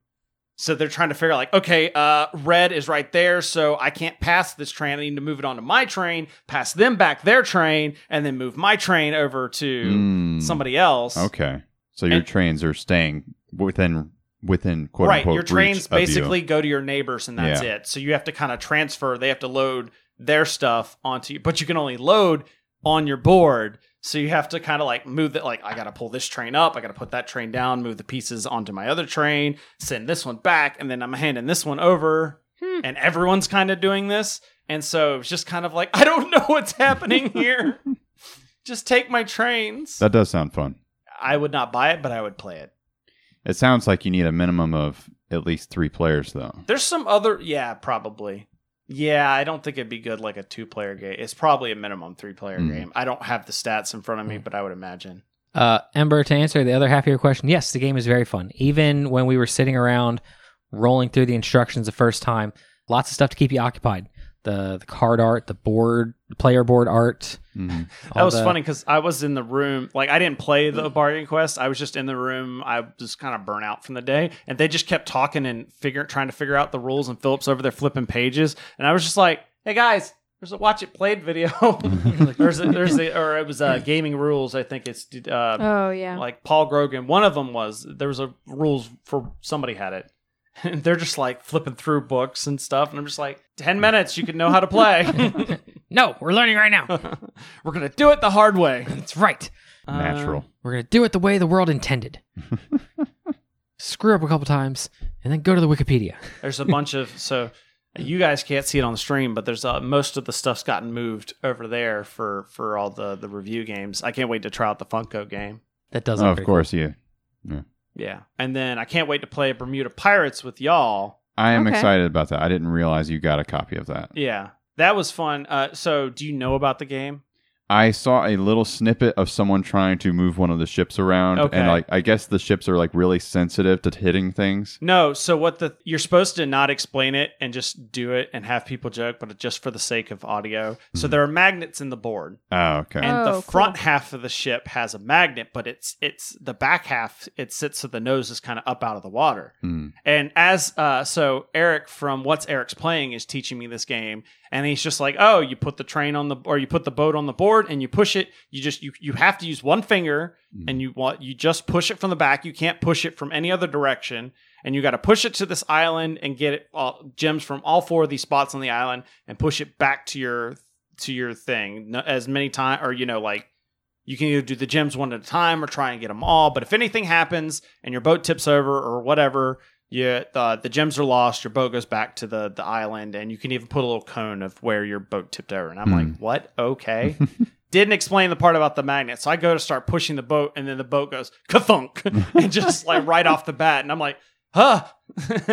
S1: So they're trying to figure out like, okay, uh, red is right there, so I can't pass this train. I need to move it onto my train, pass them back their train, and then move my train over to
S2: Mm.
S1: somebody else.
S2: Okay. So your
S1: And-
S2: trains are staying within within quote
S1: right,
S2: unquote
S1: your
S2: reach
S1: trains
S2: of you.
S1: basically go to your neighbors and that's
S2: Yeah.
S1: it. So you have to kind of transfer. They have to load their stuff onto you, but you can only load on your board. So you have to kind of like move that. Like I got to pull this train up. I got to put that train down. Move the pieces onto my other train. Send this one back, and then I'm handing this one over.
S4: Hmm.
S1: And everyone's kind of doing this, and so it's just kind of like I don't know what's happening here. just take my trains.
S2: That does sound fun.
S1: I would not buy it, but I would play it.
S2: It sounds like you need a minimum of at least three players though.
S1: There's some other, yeah, probably. Yeah, I don't think it'd be good like a two player game. It's probably a minimum three player
S2: Mm.
S1: game. I don't have the stats in front of me, but I would imagine.
S3: Uh, Ember, to answer the other half of your question, yes, the game is very fun. Even when we were sitting around rolling through the instructions the first time, lots of stuff to keep you occupied. The the card art, the board, the player board art,
S1: That
S3: All
S1: was
S3: the-
S1: funny because I was in the room. Like, I didn't play the bargain quest. I was just in the room. I was kind of burnt out from the day, and they just kept talking and figuring, trying to figure out the rules. And Phillips over there flipping pages, and I was just like, "Hey guys, there's a watch it played video. there's a, there's a, or it was uh, gaming rules. I think it's uh,
S4: Oh yeah.
S1: like Paul Grogan. One of them was there was a rules for somebody had it. And they're just like flipping through books and stuff, and I'm just like, ten minutes, you can know how to play.
S3: No, we're learning right now.
S1: We're gonna do it the hard way.
S3: That's right.
S1: Uh,
S2: Natural.
S3: We're gonna do it the way the world intended. Screw up a couple times and then go to the Wikipedia.
S1: There's a bunch of so you guys can't see it on the stream, but there's uh, most of the stuff's gotten moved over there for for all the the review games. I can't wait to try out the Funko game.
S3: That doesn't.
S2: Oh, of course, yeah.
S1: Yeah, and then I can't wait to play Bermuda Pirates with y'all.
S2: I am
S4: Okay.
S2: excited about that. I didn't realize you got a copy of that.
S1: Yeah, that was fun. Uh, so do you know about the game?
S2: I saw a little snippet of someone trying to move one of the ships around,
S1: Okay.
S2: and like I guess the ships are like really sensitive to hitting things.
S1: No. So what the you're supposed to not explain it and just do it and have people joke, but just for the sake of audio. So there are magnets in the board.
S2: Oh, okay.
S1: and the
S4: Oh,
S1: front
S4: cool.
S1: half of the ship has a magnet but it's it's the back half it sits so the nose is kind of up out of the water
S2: Mm.
S1: and as uh so eric from what's eric's playing is teaching me this game and he's just like oh you put the train on the or you put the boat on the board and you push it you just you you have to use one finger and you want you just push it from the back you can't push it from any other direction and you got to push it to this island and get it all, gems from all four of these spots on the island and push it back to your to your thing n- as many time or you know like you can either do the gems one at a time or try and get them all but if anything happens and your boat tips over or whatever you, uh, the gems are lost your boat goes back to the, the island and you can even put a little cone of where your boat tipped over and i'm like what okay didn't explain the part about the magnet so i go to start pushing the boat and then the boat goes ka-thunk and just like right off the bat and i'm like huh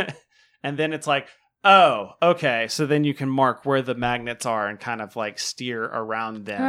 S1: and then it's like oh okay so then you can mark where the magnets are and kind of like steer around them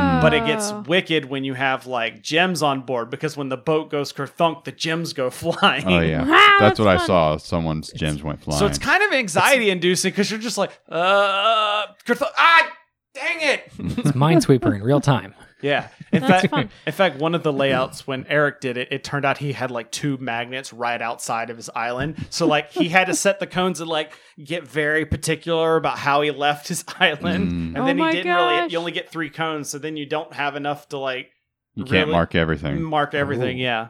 S4: Oh.
S1: but it gets wicked when you have like gems on board because when the boat goes kerthunk, the gems go flying.
S2: Oh yeah,
S4: Wow,
S2: that's
S4: that's
S2: what I
S4: fun.
S2: saw. Someone's gems went flying.
S1: So it's kind of anxiety inducing because you're just like, uh, kerthunk, ah, dang it.
S3: It's Minesweeper in real time.
S1: Yeah. In
S4: That's
S1: fact,
S4: fun.
S1: in fact, one of the layouts when Eric did it, it turned out he had like two magnets right outside of his island. So like he had to set the cones and like get very particular about how he left his island. And
S2: Mm.
S4: Oh
S1: then he
S4: my
S1: didn't really
S4: gosh.
S1: you only get three cones, so then you don't have enough to like
S2: you can't
S1: really-
S2: mark Oh. everything.
S1: Mark everything,
S3: Ooh.
S1: yeah.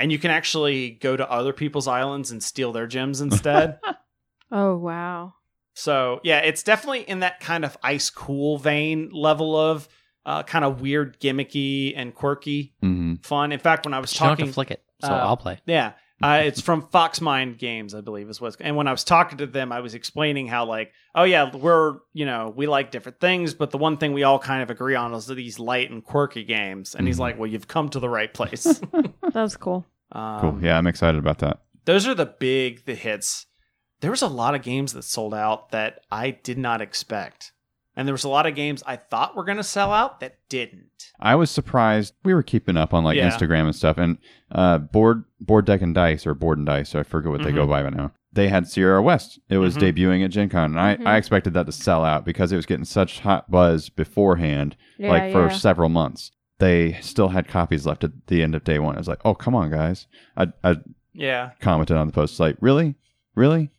S1: And you can actually go to other people's islands and steal their gems instead.
S4: oh wow.
S1: so yeah, it's definitely in that kind of ice cool vein level of uh, kind of weird, gimmicky, and quirky
S2: hmm
S1: fun. In fact, when I was
S3: But you don't have
S1: talking,
S3: to flick it, so
S1: uh,
S3: I'll play.
S1: yeah, uh, it's from Fox Mind Games, I believe is what's. And when I was talking to them, I was explaining how like, oh yeah, we're you know we like different things, but the one thing we all kind of agree on is these light and quirky games. And he's
S2: Mhm.
S1: like, well, you've come to the right place.
S4: That was cool.
S1: Um,
S2: Cool. yeah, I'm excited about that.
S1: those are the big the hits there was a lot of games that sold out that i did not expect and there was a lot of games i thought were going to sell out that didn't
S2: I was surprised. We were keeping up on like
S1: Yeah.
S2: Instagram and stuff, and uh, board board deck and dice or board and dice. I forget what they
S1: Mm-hmm.
S2: go by by now. They had Sierra West. It was
S1: Mhm.
S2: debuting at Gen Con, and I,
S4: Mhm.
S2: I expected that to sell out because it was getting such hot buzz beforehand,
S4: Yeah,
S2: like for
S4: yeah.
S2: several months. They still had copies left at the end of day one. I was like, "Oh, come on, guys!" I, I
S1: yeah
S2: commented on the post like, "Really, really?"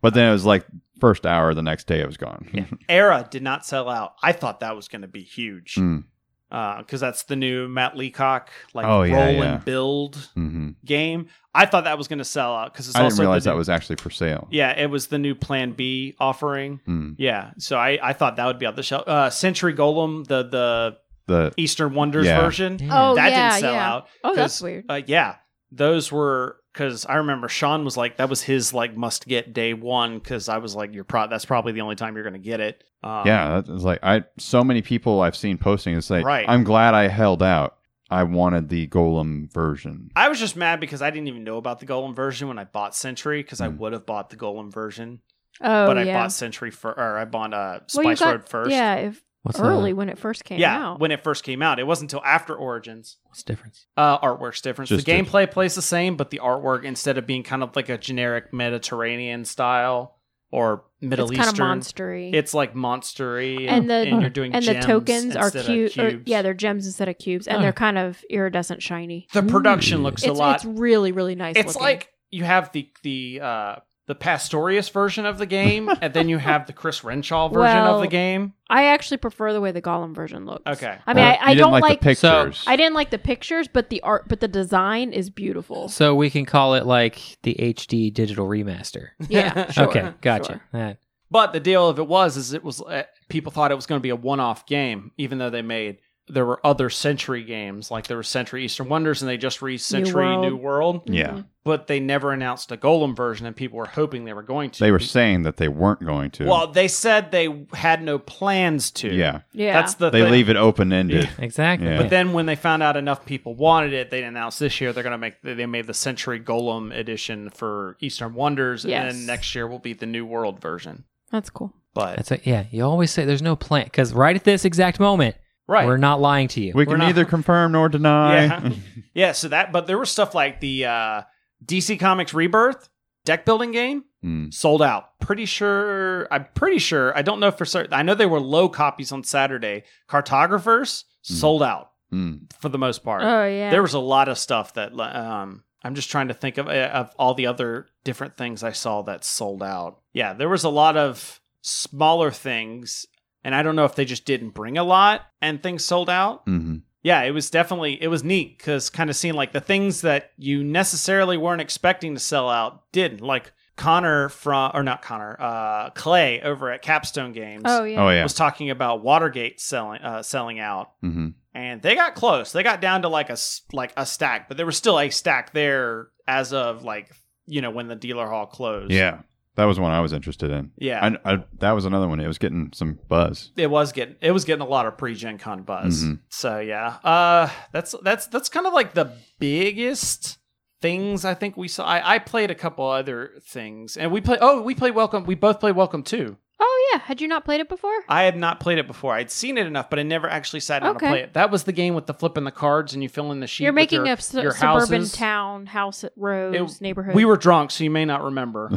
S2: but then it was like first hour the next day, it was gone.
S1: era did not sell out i thought that was going to be huge because
S2: Mm.
S1: uh, that's the new matt leacock like
S2: Oh,
S1: roll
S2: yeah, yeah.
S1: and build
S2: hmm
S1: game i thought that was going to sell out because it's
S2: I
S1: also
S2: didn't
S1: the
S2: realize that
S1: new-
S2: was actually for sale.
S1: yeah it was the new plan b offering
S2: Mm.
S1: yeah so i, I thought that would be out the shelf uh century golem the the
S2: The
S1: eastern wonders
S2: Yeah.
S1: version
S4: Oh
S1: that
S4: yeah,
S1: didn't sell
S4: yeah.
S1: out.
S4: Oh, that's
S1: 'cause,
S4: weird.
S1: Uh, yeah, those were because I remember Sean was like that was his like must get day one because I was like you're pro that's probably the only time you're gonna get it. Um,
S2: Yeah, that is like I so many people I've seen posting is like,
S1: Right.
S2: I'm glad I held out. I wanted the golem version.
S1: I was just mad because I didn't even know about the Golem version when I bought Century because I
S2: Hmm.
S1: would have bought the Golem version,
S4: Oh
S1: but I
S4: yeah.
S1: bought Century for or I bought uh,
S4: Well, you
S1: Spice
S4: got-
S1: Road first.
S4: Yeah, if
S3: What's the-
S4: early when it first came
S1: Yeah,
S4: out.
S1: when it first came out, it wasn't until after Origins.
S3: What's the difference?
S1: Uh, artwork's difference.
S2: Just
S1: the
S2: did-
S1: gameplay plays the same, but the artwork instead of being kind of like a generic Mediterranean style, or Middle
S4: it's kind of
S1: Eastern.
S4: monstery.
S1: It's like monstery,
S4: and
S1: and,
S4: the
S1: and you're doing
S4: and the
S1: gems
S4: tokens are
S1: instead of
S4: cute. or-
S1: cubes.
S4: yeah, they're gems instead of cubes, and
S3: Huh.
S4: they're kind of iridescent shiny.
S1: the production
S2: Ooh.
S1: looks a
S4: It's,
S1: lot.
S4: it's really really nice.
S1: It's
S4: looking.
S1: like you have the the uh, the Pastorius version of the game, and then you have the Chris Renshaw version of
S4: Well-
S1: the game.
S4: I actually prefer the way the Gollum version looks.
S1: Okay.
S4: I mean,
S2: Well,
S3: Uh,
S4: I, I
S2: Uh, you didn't
S4: don't
S2: like,
S4: like.
S2: the pictures.
S4: I didn't like the pictures, but the art, but the design is beautiful.
S3: So we can call it like the HD digital remaster.
S4: Yeah. sure,
S3: okay, gotcha.
S4: sure.
S3: That-
S1: But the deal of it was is it was uh, people thought it was going to be a one-off game, even though they made there were other Century games like there was Century Eastern Wonders, and they just re Century
S4: World.
S1: New World.
S4: Mm-hmm.
S2: yeah,
S1: But they never announced a Golem version, and people were hoping they were going to.
S2: they were saying that they weren't going to.
S1: well, they said they had no plans to.
S2: yeah,
S4: Yeah.
S1: that's the
S2: they
S1: thing.
S2: leave it open ended.
S3: Exactly.
S2: Yeah.
S1: But then when they found out enough people wanted it, they announced this year they're going to make they made the Century Golem edition for Eastern Wonders,
S4: Yes.
S1: and then next year will be the New World version.
S4: that's cool.
S1: But
S3: That's it. Yeah, you always say there's no plan because right at this exact moment,
S1: right,
S3: we're not lying to you.
S2: We can
S1: not-
S2: neither confirm nor deny.
S1: yeah, yeah. So that, but there was stuff like the uh, DC Comics Rebirth deck building game
S2: Mm.
S1: sold out. Pretty sure. I'm pretty sure. I don't know for certain. I know they were low copies on Saturday. Cartographers
S3: Hmm.
S1: sold out
S2: Mm.
S1: for the most part.
S4: Oh yeah.
S1: There was a lot of stuff that um I'm just trying to think of uh, of all the other different things I saw that sold out. Yeah, there was a lot of smaller things and I don't know if they just didn't bring a lot and things sold out.
S2: hmm
S1: Yeah, it was definitely it was neat cuz kind of seeing like the things that you necessarily weren't expecting to sell out didn't. Like Connor from or not Connor, uh Clay over at Capstone Games
S4: Oh yeah.
S2: Oh yeah.
S1: was talking about Watergate selling uh selling out
S2: hmm
S1: and they got close. They got down to like a s- like a stack, but there was still a stack there as of like you know when the dealer hall closed.
S2: Yeah, that was one I was interested in.
S1: yeah.
S2: I, I, that was another one. It was getting some buzz.
S1: it was getting it was getting a lot of pre-gen con buzz.
S2: Mhm.
S1: So yeah. Uh that's that's that's kind of like the biggest things I think we saw. I, I played a couple other things. And we play oh, we played Welcome. We both played Welcome too.
S4: Oh yeah. Had you not played it before?
S1: I had not played it before. I'd seen it enough, but I never actually sat down
S4: Okay.
S1: to play it. That was the game with the flipping the cards and you fill in the sheet.
S4: You're
S1: with
S4: making
S1: your-
S4: a su-
S1: your
S4: suburban
S1: houses.
S4: town, house, uh, roads,
S1: It-
S4: neighborhood.
S1: We were drunk, so you may not remember.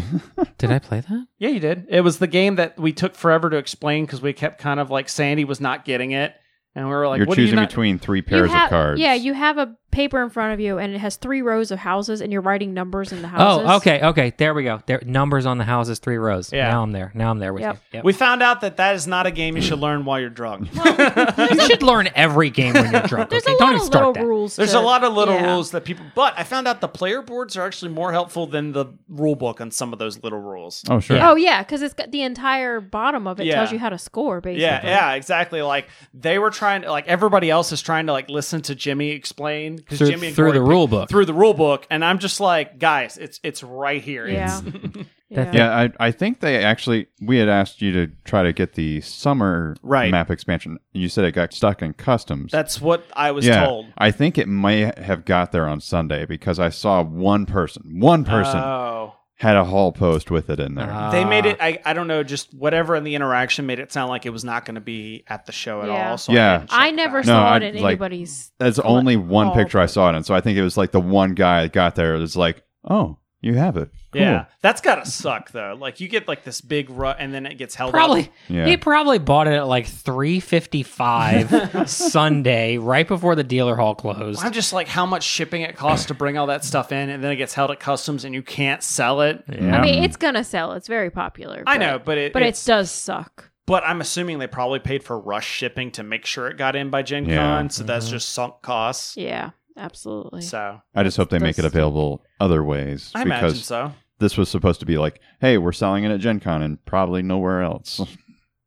S3: Did I play that?
S1: yeah, you did. It was the game that we took forever to explain because we kept kind of like Sandy was not getting it, and we were like,
S2: You're
S1: "What
S2: choosing
S1: are you not?"
S2: between three
S4: You
S2: pairs
S4: have-
S2: of cards.
S4: Yeah, you have a paper in front of you, and it has three rows of houses, and you're writing numbers in the houses.
S3: Oh, okay, okay. There we go. There numbers on the houses, three rows.
S1: Yeah.
S3: Now I'm there. Now I'm there with
S4: Yep.
S3: you. Yep.
S1: we found out that that is not a game you should learn while you're drunk.
S3: you should learn every game when you're drunk.
S4: There's
S3: okay?
S4: a
S3: Don't
S4: lot
S3: even
S4: of
S3: start
S4: little
S3: that.
S4: rules.
S1: There's
S4: to-
S1: a lot of little
S4: yeah.
S1: rules that people, but I found out the player boards are actually more helpful than the rule book on some of those little rules.
S2: Oh sure.
S4: Oh yeah, because it's got the entire bottom of it
S1: Yeah.
S4: tells you how to score. Basically,
S1: Yeah, yeah, exactly. Like they were trying to, like everybody else is trying to like listen to Jimmy explain because
S3: Through-
S1: Jimmy and
S3: through
S1: Corey
S3: the
S1: picked-
S3: rule book.
S1: through the rule book, and I'm just like, guys, it's it's right here.
S4: Yeah.
S1: It's-
S3: That's-
S2: Yeah, I, I think they actually we had asked you to try to get the summer
S1: Right.
S2: map expansion. You said it got stuck in customs.
S1: that's what I was
S2: yeah,
S1: told.
S2: I think it may have got there on Sunday because I saw one person, one person
S1: Oh. Uh-huh.
S2: had a hall post with it in there.
S3: Ah.
S1: They made
S2: Uh.
S1: it. I, I don't know. Just whatever in the interaction made it sound like it was not going to be at the show at
S4: Yeah.
S1: all. So
S2: Yeah.
S1: I, didn't check
S4: I never
S1: back.
S2: No,
S4: saw
S2: I-
S4: it in
S2: like-
S4: anybody's.
S2: That's
S4: Collect-
S2: only one
S1: Oh,
S4: hall
S2: picture I saw it in, so I think it was like the one guy that got there was like, "Oh, you have it." Cool.
S1: Yeah, that's gotta suck though. Like you get like this big rut, and then it gets held
S3: Probably
S1: up.
S2: Yeah.
S3: he probably bought it at like three fifty five Sunday, right before the dealer hall closed.
S1: I'm just like, how much shipping it costs to bring all that stuff in, and then it gets held at customs, and you can't sell it.
S2: Yeah.
S4: I mean, it's gonna sell. It's very popular.
S1: I
S4: but-
S1: know, but it,
S4: but it does suck.
S1: But I'm assuming they probably paid for rush shipping to make sure it got in by Gen
S2: Yeah.
S1: Con, so that's just sunk costs.
S4: Mm-hmm. Yeah, absolutely.
S1: So
S2: I just hope they make it
S4: That's-
S2: available other ways
S1: I imagine
S2: because
S1: so.
S2: this was supposed to be like, "Hey, we're selling it at Gen Con and probably nowhere else."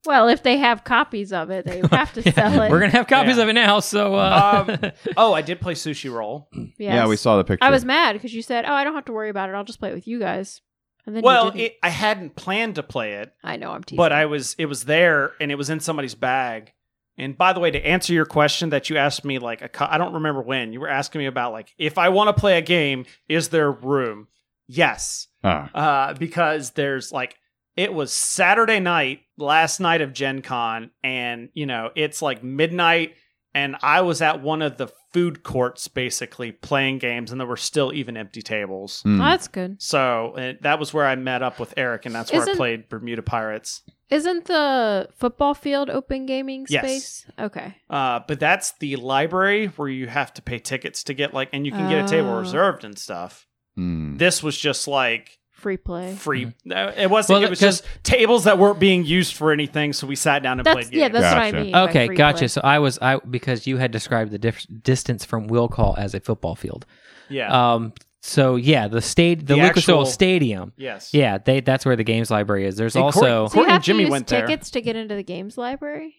S4: Well, if they have copies of it, they have to sell it.
S3: We're gonna have copies
S1: Yeah.
S3: of it now. So uh,
S1: Um, oh, I did play Sushi Roll.
S4: Yes.
S2: Yeah, we saw the picture.
S4: I was mad because you said, "Oh, I don't have to worry about it. I'll just play it with you guys." And then you
S1: Well,
S4: didn't.
S1: it, I hadn't planned to play it.
S4: I know I'm teasing.
S1: but I was it was there and it was in somebody's bag. And by the way, to answer your question that you asked me like a cou- I don't remember when you were asking me about like if I want to play a game, is there room? Yes,
S2: Ah,
S1: uh, because there's like it was Saturday night, last night of Gen Con, and you know it's like midnight. and I was at one of the food courts basically playing games, and there were still even empty tables.
S2: Mm.
S4: that's good.
S1: So and that was where I met up with Eric, and that's where I
S4: Isn't-
S1: played Bermuda Pirates.
S4: Isn't the football field open gaming
S1: Yes.
S4: space? Okay.
S1: Uh, but that's the library where you have to pay tickets to get like, and you can get a table
S4: Oh.
S1: reserved and stuff.
S2: Mm.
S1: This was just like
S4: Free play.
S1: free. uh, It wasn't.
S3: Mm-hmm. Well,
S1: it was
S3: 'cause-
S1: just tables that weren't being used for anything. So we sat down and
S4: That's
S1: played
S4: yeah,
S1: games.
S4: that's what I
S2: Gotcha.
S4: mean. by
S3: Okay,
S4: free
S3: gotcha.
S4: play.
S3: So I was I because you had described the dif- distance from Will Call as a football field.
S1: yeah.
S3: Um, so yeah, the state,
S1: The
S3: the, Lucas Oil
S1: actual-
S3: Stadium.
S1: yes.
S3: Yeah, they that's where the games library is. There's
S1: Hey, Corey-
S3: also
S4: So you
S1: Courtney
S4: have
S1: Jimmy
S4: to use
S1: went there.
S4: tickets to get into the games library.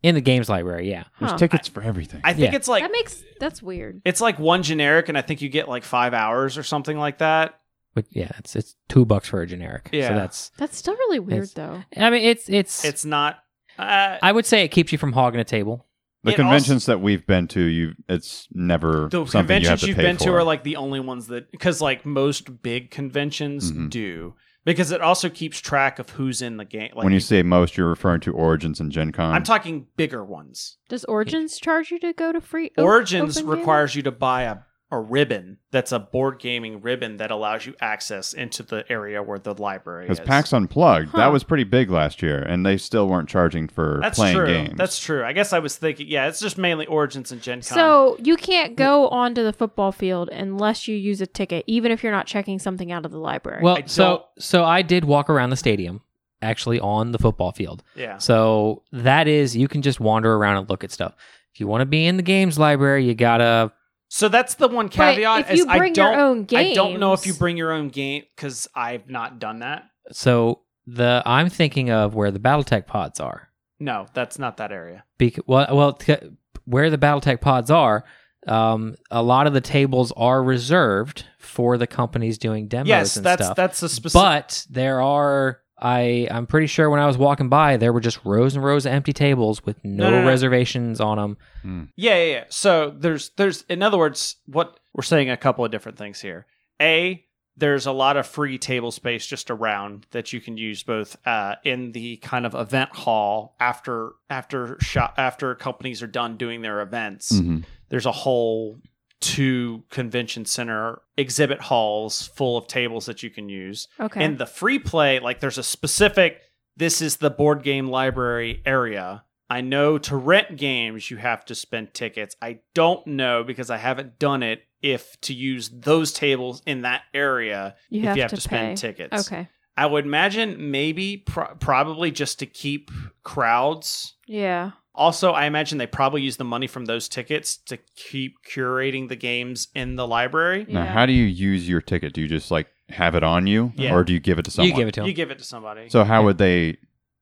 S3: in the games library. Yeah,
S2: There's
S4: Huh.
S2: tickets for everything.
S1: I think
S3: Yeah.
S1: it's like
S4: that makes that's weird.
S1: it's like one generic, and I think you get like five hours or something like that.
S3: but yeah, it's it's two bucks for a generic.
S1: Yeah.
S3: so that's.
S4: That's still really weird
S3: It's-
S4: though.
S3: I mean, it's it's.
S1: It's not. Uh,
S3: I would say it keeps you from hogging a table.
S2: the
S1: it
S2: conventions that we've been to, you it's never
S1: the
S2: something you
S1: conventions
S2: have to
S1: have
S2: pay
S1: been
S2: for.
S1: to are like the only ones that because like most big conventions
S2: Mhm.
S1: do because it also keeps track of who's in the game. Like
S2: when you um, say most, you're referring to Origins and Gen Con.
S1: I'm talking bigger ones.
S4: Does Origins charge you to go to free o-
S1: Origins
S4: open gaming?
S1: requires you to buy a, a ribbon that's a board gaming ribbon that allows you access into the area where the library is.
S2: because PAX Unplugged that
S4: Huh.
S2: was pretty big last year, and they still weren't charging for
S1: That's
S2: playing
S1: true.
S2: games.
S1: That's true. I guess I was thinking, yeah, it's just mainly Origins and Gen Con.
S4: So you can't go onto the football field unless you use a ticket, even if you're not checking something out of the library.
S3: Well,
S1: I
S3: so so I did walk around the stadium, actually on the football field.
S1: yeah.
S3: So that is you can just wander around and look at stuff. If you want to be in the games library, you gotta
S1: So that's the one
S4: But
S1: caveat
S4: if you
S1: is I
S4: bring
S1: don't
S4: your own game,
S1: I don't know if you bring your own game cuz I've not done that.
S3: so the I'm thinking of where the BattleTech pods are.
S1: No, that's not that area.
S3: Bec- well, well, t- where the BattleTech pods are, um, a lot of the tables are reserved for the companies doing demos
S1: yes,
S3: and
S1: that's
S3: stuff.
S1: that's a specific
S3: but there are I I'm pretty sure when I was walking by, there were just rows and rows of empty tables with no,
S1: No, no, no.
S3: reservations on them.
S1: Yeah, yeah, yeah. So there's there's in other words, what we're saying a couple of different things here. A, there's a lot of free table space just around that you can use both uh, in the kind of event hall after after shop after companies are done doing their events.
S3: Hmm.
S2: Mhm.
S1: There's a whole two convention center exhibit halls full of tables that you can use.
S4: okay.
S1: And the free play, like there's a specific this is the board game library area. I know to rent games you have to spend tickets. I don't know because I haven't done it if to use those tables in that area
S4: you
S1: if
S4: have
S1: you have to,
S4: to, pay.
S1: spend tickets.
S4: Okay.
S1: I would imagine maybe pro- probably just to keep crowds.
S4: Yeah.
S1: Also, I imagine they probably use the money from those tickets to keep curating the games in the library.
S2: Now,
S4: Yeah.
S2: how do you use your ticket? Do you just like have it on you,
S1: Yeah.
S2: or do you give it to someone?
S3: You give it to them.
S1: You give it to somebody.
S2: So how would they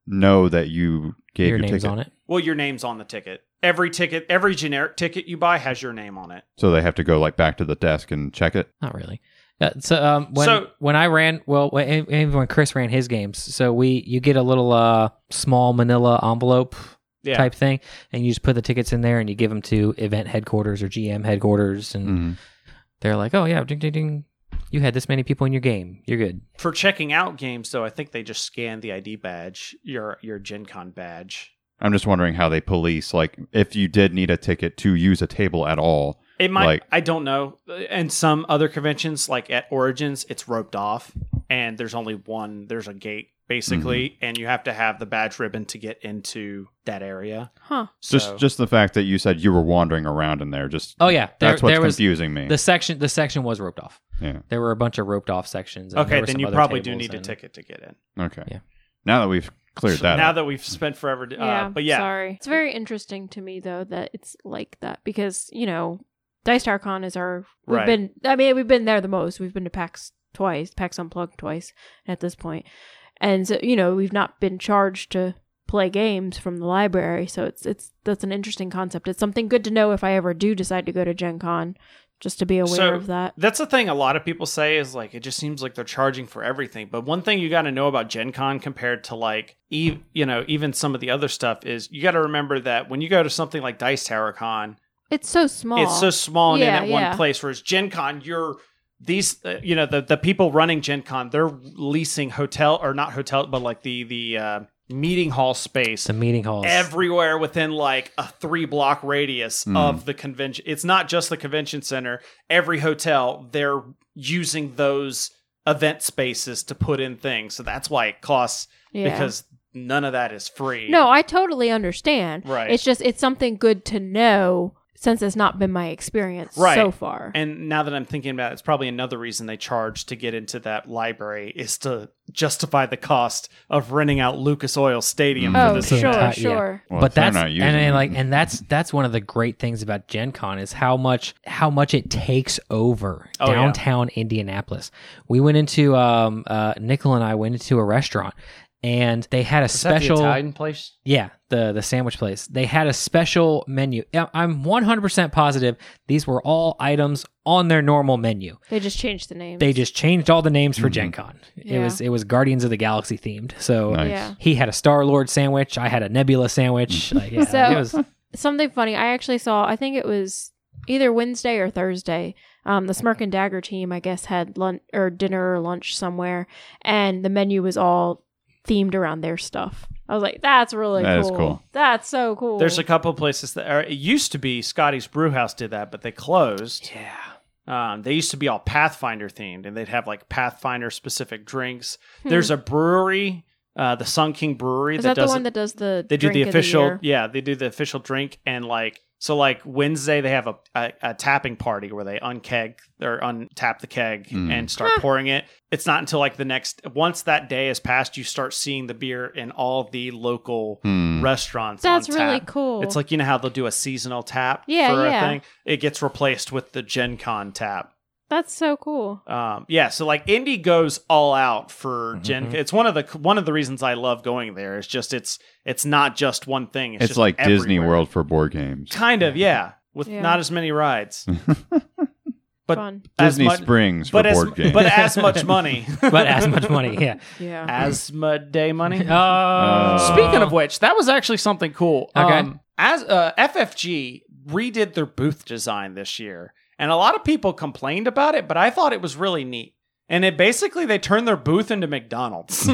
S2: know that you gave
S3: Your
S2: your,
S3: name's
S2: ticket?
S3: on it.
S1: Well, your name's on the ticket. Every ticket, every generic ticket you buy has your name on it.
S2: So they have to go like back to the desk and check it.
S3: Not really. Uh, so um, when
S1: So-
S3: when I ran, well, when, and- and when Chris ran his games, so we you get a little uh small Manila envelope
S1: Yeah.
S3: type thing, and you just put the tickets in there, and you give them to event headquarters or GM headquarters, and
S2: Mm.
S3: they're like, oh yeah, ding ding ding, you had this many people in your game, you're good.
S1: For checking out games, though, I think they just scan the ID badge, your your Gen Con badge.
S2: I'm just wondering how they police like if you did need a ticket to use a table at all.
S1: It might.
S2: Like-
S1: I don't know. And some other conventions, like at Origins, it's roped off, and there's only one. There's a gate basically,
S3: Mm-hmm.
S1: and you have to have the badge ribbon to get into that area.
S4: Huh.
S1: So,
S2: Just just the fact that you said you were wandering around in there just
S3: Oh yeah, there,
S2: that's what's
S3: there was
S2: confusing me.
S3: the section. The section was roped off.
S2: Yeah.
S3: There were a bunch of roped off sections. and there
S1: okay,
S3: were
S1: then
S3: some
S1: you
S3: other
S1: probably do
S3: tables
S1: need a
S3: and-
S1: ticket to get in.
S2: okay.
S3: Yeah.
S2: Now that we've cleared that
S1: now
S2: up.
S1: that we've spent forever, uh,
S4: yeah.
S1: but yeah,
S4: Sorry. It's very interesting to me though that it's like that because you know, Dice Tower Con is our. We've
S1: Right.
S4: been. I mean, we've been there the most. We've been to PAX twice, PAX Unplugged twice at this point, and so you know we've not been charged to play games from the library. So it's it's that's an interesting concept. It's something good to know if I ever do decide to go to Gen Con, just to be aware
S1: So-
S4: of that.
S1: That's the thing a lot of people say is like it just seems like they're charging for everything. But one thing you got to know about Gen Con compared to like e- you know even some of the other stuff is you got to remember that when you go to something like Dice Tower Con,
S4: It's so small.
S1: it's so small and
S4: Yeah,
S1: in at
S4: yeah.
S1: one place whereas Gen Con you're these uh, you know the the people running Gen Con they're leasing hotel or not hotel but like the the uh meeting hall space
S3: It's a meeting halls.
S1: everywhere within like a three block radius of the convention. It's not just the convention center. Every hotel, they're using those event spaces to put in things. So that's why it costs
S4: Yeah.
S1: because none of that is free.
S4: No, I totally understand.
S1: Right.
S4: It's just it's something good to know since it's not been my experience
S1: Right.
S4: so far.
S1: And now that I'm thinking about it, it's probably another reason they charge to get into that library is to justify the cost of renting out Lucas Oil Stadium
S4: oh,
S1: for this
S4: sure,
S1: event.
S3: entire- yeah.
S4: sure.
S2: Well,
S3: but
S2: if they're
S3: that's
S2: not
S3: and
S2: using
S3: then,
S2: it.
S3: like and that's that's one of the great things about Gen Con is how much how much it takes over
S1: Oh, yeah.
S3: downtown Indianapolis. We went into um uh Nickel and I went into a restaurant and they had a
S1: Is that the
S3: special
S1: Italian place?
S3: yeah, the the sandwich place. They had a special menu. I- I'm 100% positive these were all items on their normal menu.
S4: They just changed the name.
S3: They just changed all the names for Gen Con. It
S4: Yeah.
S3: was it was Guardians of the Galaxy themed. So
S2: Nice.
S4: Yeah.
S3: he had a Star Lord sandwich, I had a Nebula sandwich. Like, yeah,
S4: So-
S3: it was
S4: Something funny. I actually saw I think it was either Wednesday or Thursday. Um, the Smirk and Dagger team, I guess, had lunch or dinner or lunch somewhere, and the menu was all themed around their stuff. I was like, "That's really
S2: That is
S4: cool.
S2: cool.
S4: That's so cool."
S1: There's a couple of places that are, it used to be Scotty's Brewhouse did that, but they closed.
S3: yeah.
S1: Um, they used to be all Pathfinder themed, and they'd have like Pathfinder specific drinks. There's a brewery, uh, the Sun King Brewery,
S4: Hmm. is
S1: that
S4: that the
S1: does
S4: one that does the
S1: they do
S4: drink
S1: the
S4: of
S1: official
S4: year?
S1: yeah they do the official drink and like so like wednesday they have a, a, a tapping party where they unkeg or untap the keg
S2: Mm.
S1: and start pouring it it's not until like the next once that day has passed you start seeing the beer in all the local
S2: Hmm.
S1: restaurants on
S4: That's really
S1: tap.
S4: cool.
S1: it's like you know how they'll do a seasonal tap
S4: Yeah,
S1: for
S4: yeah.
S1: a thing it gets replaced with the gen con tap
S4: that's so cool.
S1: um, yeah, so like Indy goes all out for
S2: Mm-hmm.
S1: Gen.
S3: Mhm.
S1: It's one of the one of the reasons I love going there. Is just it's it's not just one thing. It's,
S2: It's,
S1: just
S2: like Disney
S1: everywhere.
S2: World for board games.
S1: kind of yeah, with
S4: Yeah.
S1: not as many rides. But
S4: Fun.
S1: as
S2: Disney
S1: much-
S2: Springs for
S1: but as
S2: board games.
S1: but as much money,
S3: but as much money. Yeah. Uh,
S4: Yeah.
S1: asthma day money.
S3: Oh.
S1: Speaking of which, that was actually something cool.
S3: Okay.
S1: as uh, FFG redid their booth design this year, and a lot of people complained about it, but I thought it was really neat. And it basically they turned their booth into McDonald's,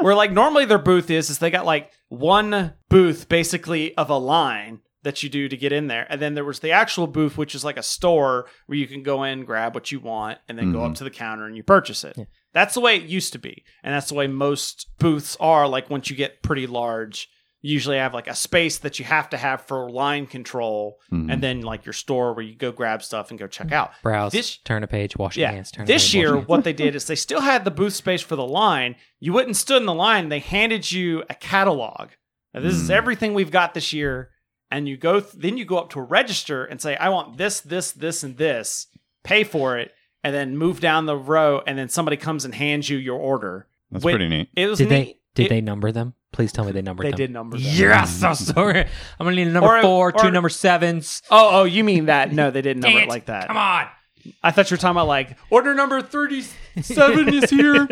S1: where like normally their booth is is they got like one booth basically of a line that you do to get in there, and then there was the actual booth which is like a store where you can go in, grab what you want, and then go
S2: Mhm.
S1: up to the counter and you purchase it.
S3: Mm-hmm. Yeah.
S1: That's the way it used to be, and that's the way most booths are. Like once you get pretty large, you usually have like a space that you have to have for line control,
S2: Mhm.
S1: and then like your store where you go grab stuff and go check out.
S3: browse,
S1: This-
S3: turn a page, wash your
S1: Yeah,
S3: hands, turn a
S1: this
S3: page, wash your
S1: year
S3: hands.
S1: what they did is they still had the booth space for the line. You wouldn't stood in the line. They handed you a catalog. Now, this
S3: Hmm.
S1: is
S2: Mm.
S1: everything we've got this year, and you go th- then you go up to a register and say, "I want this, this, this, and this." Pay for it, and then move down the row, and then somebody comes and hands you your order.
S2: That's
S1: Wait,
S2: pretty neat.
S1: It was
S3: did they
S1: neat.
S3: did
S1: It-
S3: they number them? Please tell me they numbered
S1: They
S3: them. Hmm.
S1: did number them.
S3: Yes, I'm sorry. I'm gonna need a number
S1: Or-
S3: four, two
S1: or-
S3: number sevens.
S1: Oh, oh, you mean that? No, they didn't
S3: Dang
S1: number it
S3: it.
S1: like that.
S3: Come on.
S1: I thought you were talking about like order number thirty-seven is here.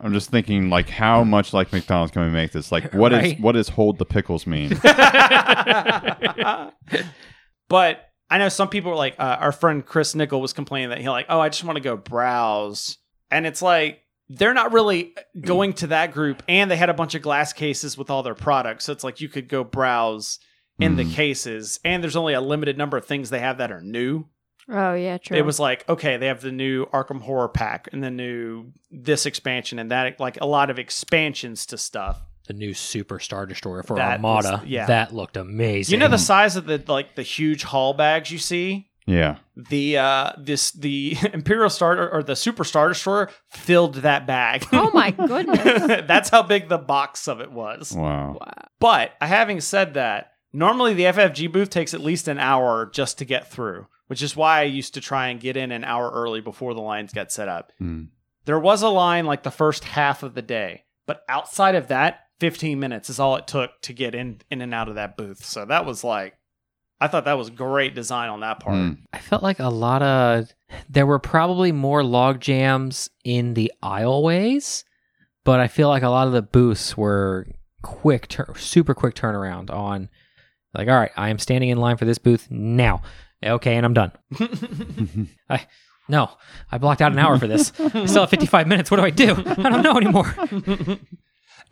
S2: I'm just thinking, like, how much like McDonald's can we make this? Like, what is
S3: Right.
S2: what does hold the pickles mean?
S1: but I know some people were like, uh, our friend Chris Nickel was complaining that he like, oh, I just want to go browse, and it's like they're not really uh, going to that group, and they had a bunch of glass cases with all their products, so it's like you could go browse in the
S2: Mm.
S1: cases, and there's only a limited number of things they have that are new.
S4: Oh yeah, true.
S1: It was like, okay, they have the new Arkham Horror Pack and the new this expansion and that, like a lot of expansions to stuff.
S3: The new super star destroyer for
S1: That was-
S3: Armada.
S1: yeah.
S3: That looked amazing.
S1: You know the size of the like the huge haul bags you see?
S2: yeah,
S1: The uh this the Imperial Star or the Super Star Destroyer filled that bag.
S4: oh my goodness.
S1: That's how big the box of it was.
S2: wow.
S1: But having said that, normally the FFG booth takes at least an hour just to get through, which is why I used to try and get in an hour early before the lines got set up.
S2: Mm.
S1: There was a line like the first half of the day, but outside of that, 15 minutes is all it took to get in in and out of that booth. So that was like I thought that was great design on that part.
S2: Mm.
S3: I felt like a lot of there were probably more log jams in the aisleways, but I feel like a lot of the booths were quick, tur- super quick turnaround on. Like, all right, I am standing in line for this booth now. Okay, and I'm done. No, I blocked out an hour for this. I still have 55 minutes. What do I do? I don't know anymore.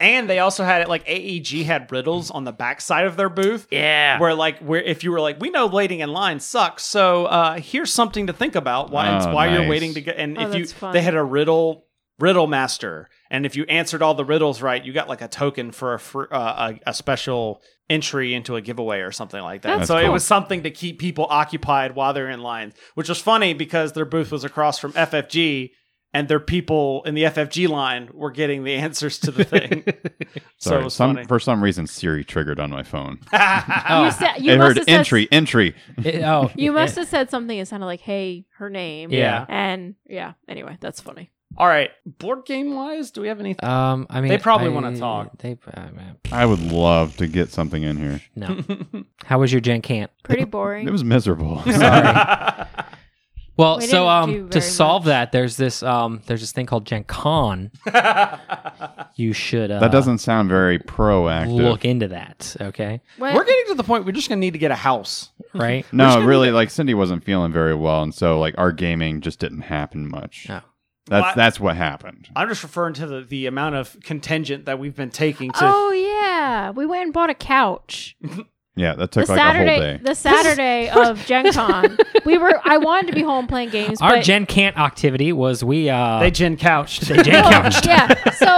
S1: And they also had it like AEG had riddles on the backside of their booth.
S3: Yeah.
S1: Where like where if you were like, we know waiting in line sucks, so uh here's something to think about why
S2: Oh,
S1: why you're
S2: nice.
S1: waiting to get and
S4: Oh,
S1: if you
S4: that's fun.
S1: they had a riddle riddle master and if you answered all the riddles right, you got like a token for a fr- uh, a, a special entry into a giveaway or something like that.
S4: That's
S1: so it
S2: cool.
S1: was something to keep people occupied while they're in line, which was funny because their booth was across from FFG and their people in the FFG line were getting the answers to the thing. so it
S2: Sorry,
S1: was
S2: some,
S1: funny.
S2: for some reason Siri triggered on my phone.
S4: You said you
S2: it
S4: must
S2: heard
S4: have said-
S2: entry, entry.
S3: It- oh,
S4: You must have said something that sounded like "Hey, her name."
S3: Yeah.
S4: and yeah. Anyway, that's funny.
S1: All right, board game wise, do we have anything?
S3: Um, I mean,
S1: They probably
S3: I-
S1: wanna talk.
S3: They uh, man,
S2: I would love to get something in here.
S3: no. How was your Gen Camp?
S4: Pretty boring.
S2: It was miserable.
S3: Well,
S4: We
S3: so
S4: didn't do
S3: um, to
S4: very
S3: solve
S4: much.
S3: that, there's this um, there's this thing called Gen Con. You should uh,
S2: that doesn't sound very proactive.
S3: look into that. Okay,
S4: What?
S1: we're getting to the point we're just gonna need to get a house.
S3: right?
S2: no, really, like Cindy wasn't feeling very well, and so like our gaming just didn't happen much.
S3: No.
S2: That's
S1: Why-
S2: that's what happened.
S1: I'm just referring to the, the amount of contingent that we've been taking to.
S4: oh yeah, we went and bought a couch.
S2: Yeah, that
S4: The
S2: took like
S4: Saturday,
S2: a whole day.
S4: the Saturday of Gen Con, we were. I wanted to be home playing games.
S3: Our
S4: but
S3: Gen Cant activity was we uh
S1: They gin couched.
S3: they Gen
S4: Well,
S3: couched.
S4: yeah. So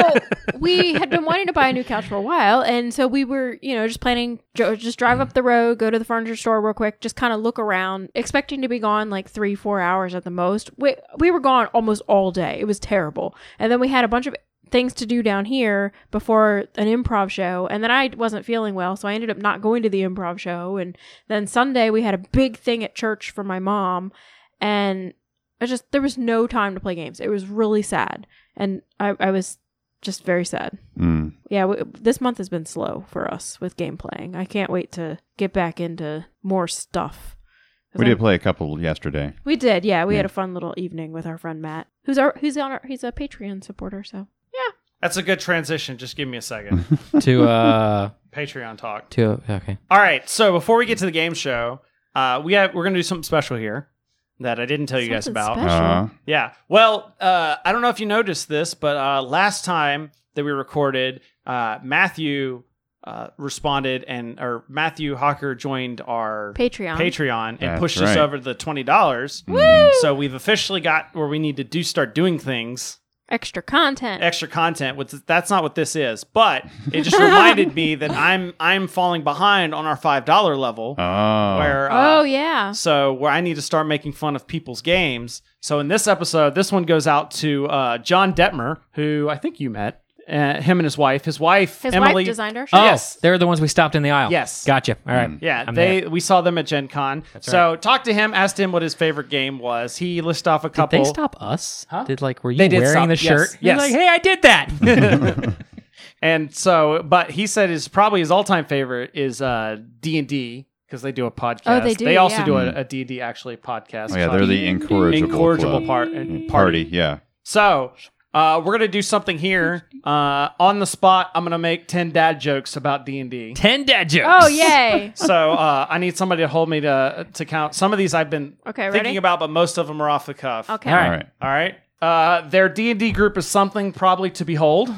S4: we had been wanting to buy a new couch for a while, and so we were, you know, just planning, jo- just drive up the road, go to the furniture store real quick, just kind of look around, expecting to be gone like three, four hours at the most. We we were gone almost all day. It was terrible, and then we had a bunch of things to do down here before an improv show and then I wasn't feeling well so I ended up not going to the improv show and then Sunday we had a big thing at church for my mom and I just there was no time to play games. It was really sad, and I, I was just very sad.
S2: Mm.
S4: Yeah, w this month has been slow for us with game playing. I can't wait to get back into more stuff. 'Cause
S2: We
S4: I'm-
S2: did play a couple yesterday.
S4: We did. Yeah, we had
S2: Yeah.
S4: a fun little evening with our friend Matt, who's our who's on our, he's a Patreon supporter. So
S1: That's a good transition. Just give me a second.
S3: to uh
S1: Patreon talk.
S3: to okay.
S1: All right. So before we get to the game show, uh, we have we're gonna do something special here that I didn't tell you guys
S4: Something
S1: about.
S4: special.
S2: Uh,
S1: Yeah. Well, uh, I don't know if you noticed this, but uh, last time that we recorded, uh, Matthew uh, responded and or Matthew Hawker joined our
S4: Patreon.
S1: Patreon and
S2: That's
S1: pushed us
S2: right. Mm-hmm.
S1: over the twenty dollars.
S2: Woo!
S1: So we've officially got where we need to do start doing things
S4: Extra content.
S1: extra content which that's not what this is but it just reminded me that i'm i'm falling behind on our five dollar level
S2: oh,
S1: where
S4: oh
S1: uh,
S4: yeah.
S1: so where i need to start making fun of people's games so in this episode this one goes out to uh, john detmer who i think you met uh, him and his wife his wife
S4: His
S1: emily
S4: wife designed our
S3: Oh,
S4: show.
S1: Yes.
S3: they're the ones we stopped in the aisle.
S1: Yes. Mm.
S3: gotcha. All right.
S1: yeah,
S3: I'm
S1: they we saw them at Gen Con. So talked to him, asked him what his favorite game was. He listed off a
S3: Did
S1: couple.
S3: they stop us? Did like were you
S1: They did
S3: wearing
S1: stop,
S3: the
S1: yes,
S3: shirt? You're
S1: yes.
S3: Like, hey, I did that.
S1: And so, but he said his probably his all time favorite is uh D and D because they do a podcast.
S4: Oh, they do,
S1: They also
S4: yeah.
S1: do a D and D actually podcast.
S2: Oh, yeah, they're the incorrigible,
S1: incorrigible
S2: club.
S1: part party.
S2: Mm, party. Yeah,
S1: So uh, we're gonna do something here uh, on the spot. I'm gonna make ten dad jokes about D and D.
S3: Ten dad jokes.
S4: Oh yay.
S1: So uh, I need somebody to hold me to to count. Some of these I've been
S4: Okay,
S1: thinking
S4: ready?
S1: about, but most of them are off the cuff.
S4: Okay.
S3: All right.
S2: all right.
S1: All right. Uh, their D and D group is something probably to behold.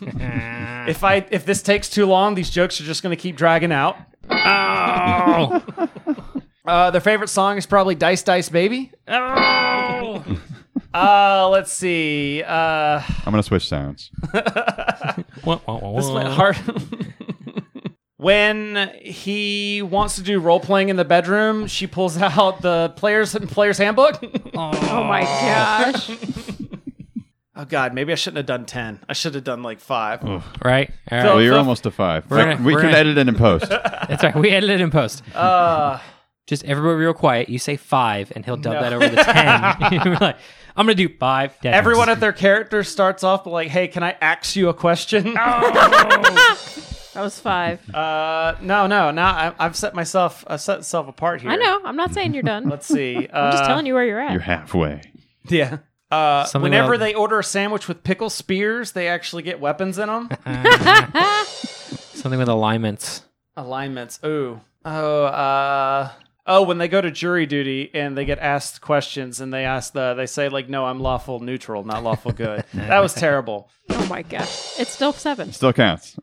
S1: if I if this takes too long, these jokes are just going to keep dragging out.
S3: Oh.
S1: Uh, their favorite song is probably "Dice Dice Baby."
S3: oh.
S1: Uh, let's see. Uh,
S2: I'm gonna switch sounds.
S3: Wah, wah, wah,
S1: this went
S3: wah.
S1: hard. when he wants to do role playing in the bedroom, she pulls out the players and players handbook.
S4: Oh my gosh.
S1: oh God, maybe I shouldn't have done ten. I should have done like five.
S3: Right. All right.
S1: So-
S2: Well, you're almost to five.
S3: We're
S2: Like,
S3: gonna-
S2: we
S3: we're
S2: can
S3: gonna-
S2: edit it in post.
S3: That's right. We edited in post.
S1: Uh,
S3: Just everybody real quiet. You say five, and he'll dub that over the ten. We're like, I'm gonna do five. dad
S1: everyone
S3: jokes.
S1: at their character starts off like, "Hey, can I ax you a question?"
S4: That was five.
S1: Uh, no, no. Now I, I've set myself I've set myself apart here.
S4: I know. I'm not saying you're done.
S1: Let's see. Uh,
S4: I'm just telling you where you're at.
S2: You're halfway.
S1: Yeah. Uh,
S3: Something
S1: whenever
S3: about-
S1: they order a sandwich with pickle spears, they actually get weapons in them.
S3: something with alignments.
S1: Alignments. Ooh. Oh. Uh. oh, when they go to jury duty and they get asked questions and they ask the, they say like, no, I'm lawful neutral, not lawful good. that was terrible.
S4: Oh my god, it's still seven.
S2: Still counts.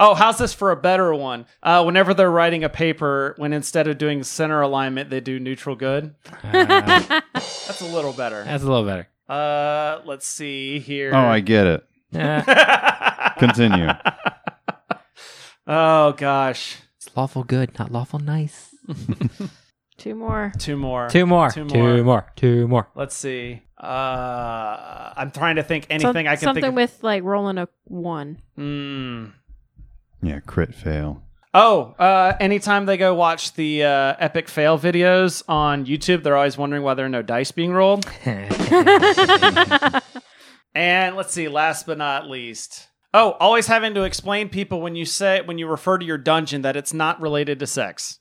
S1: Oh, how's this for a better one? Uh, whenever they're writing a paper, when instead of doing center alignment, they do neutral good. That's a little better.
S3: That's a little better.
S1: Uh, let's see here.
S2: oh, I get it.
S3: Eh,
S2: Continue.
S1: oh gosh,
S3: it's lawful good, not lawful nice.
S4: Two more.
S1: two more.
S3: Two more.
S1: Two
S3: Two
S1: more.
S3: more. Two more.
S1: Let's see. Uh, I'm trying to think
S4: Some-
S1: anything I can
S4: something
S1: think. of.
S4: with like rolling a one.
S1: Hmm.
S2: yeah, crit fail.
S1: Oh, uh, anytime they go watch the uh, epic fail videos on YouTube, they're always wondering why there are no dice being rolled. And let's see, last but not least. Oh, always having to explain people when you say when you refer to your dungeon that it's not related to sex.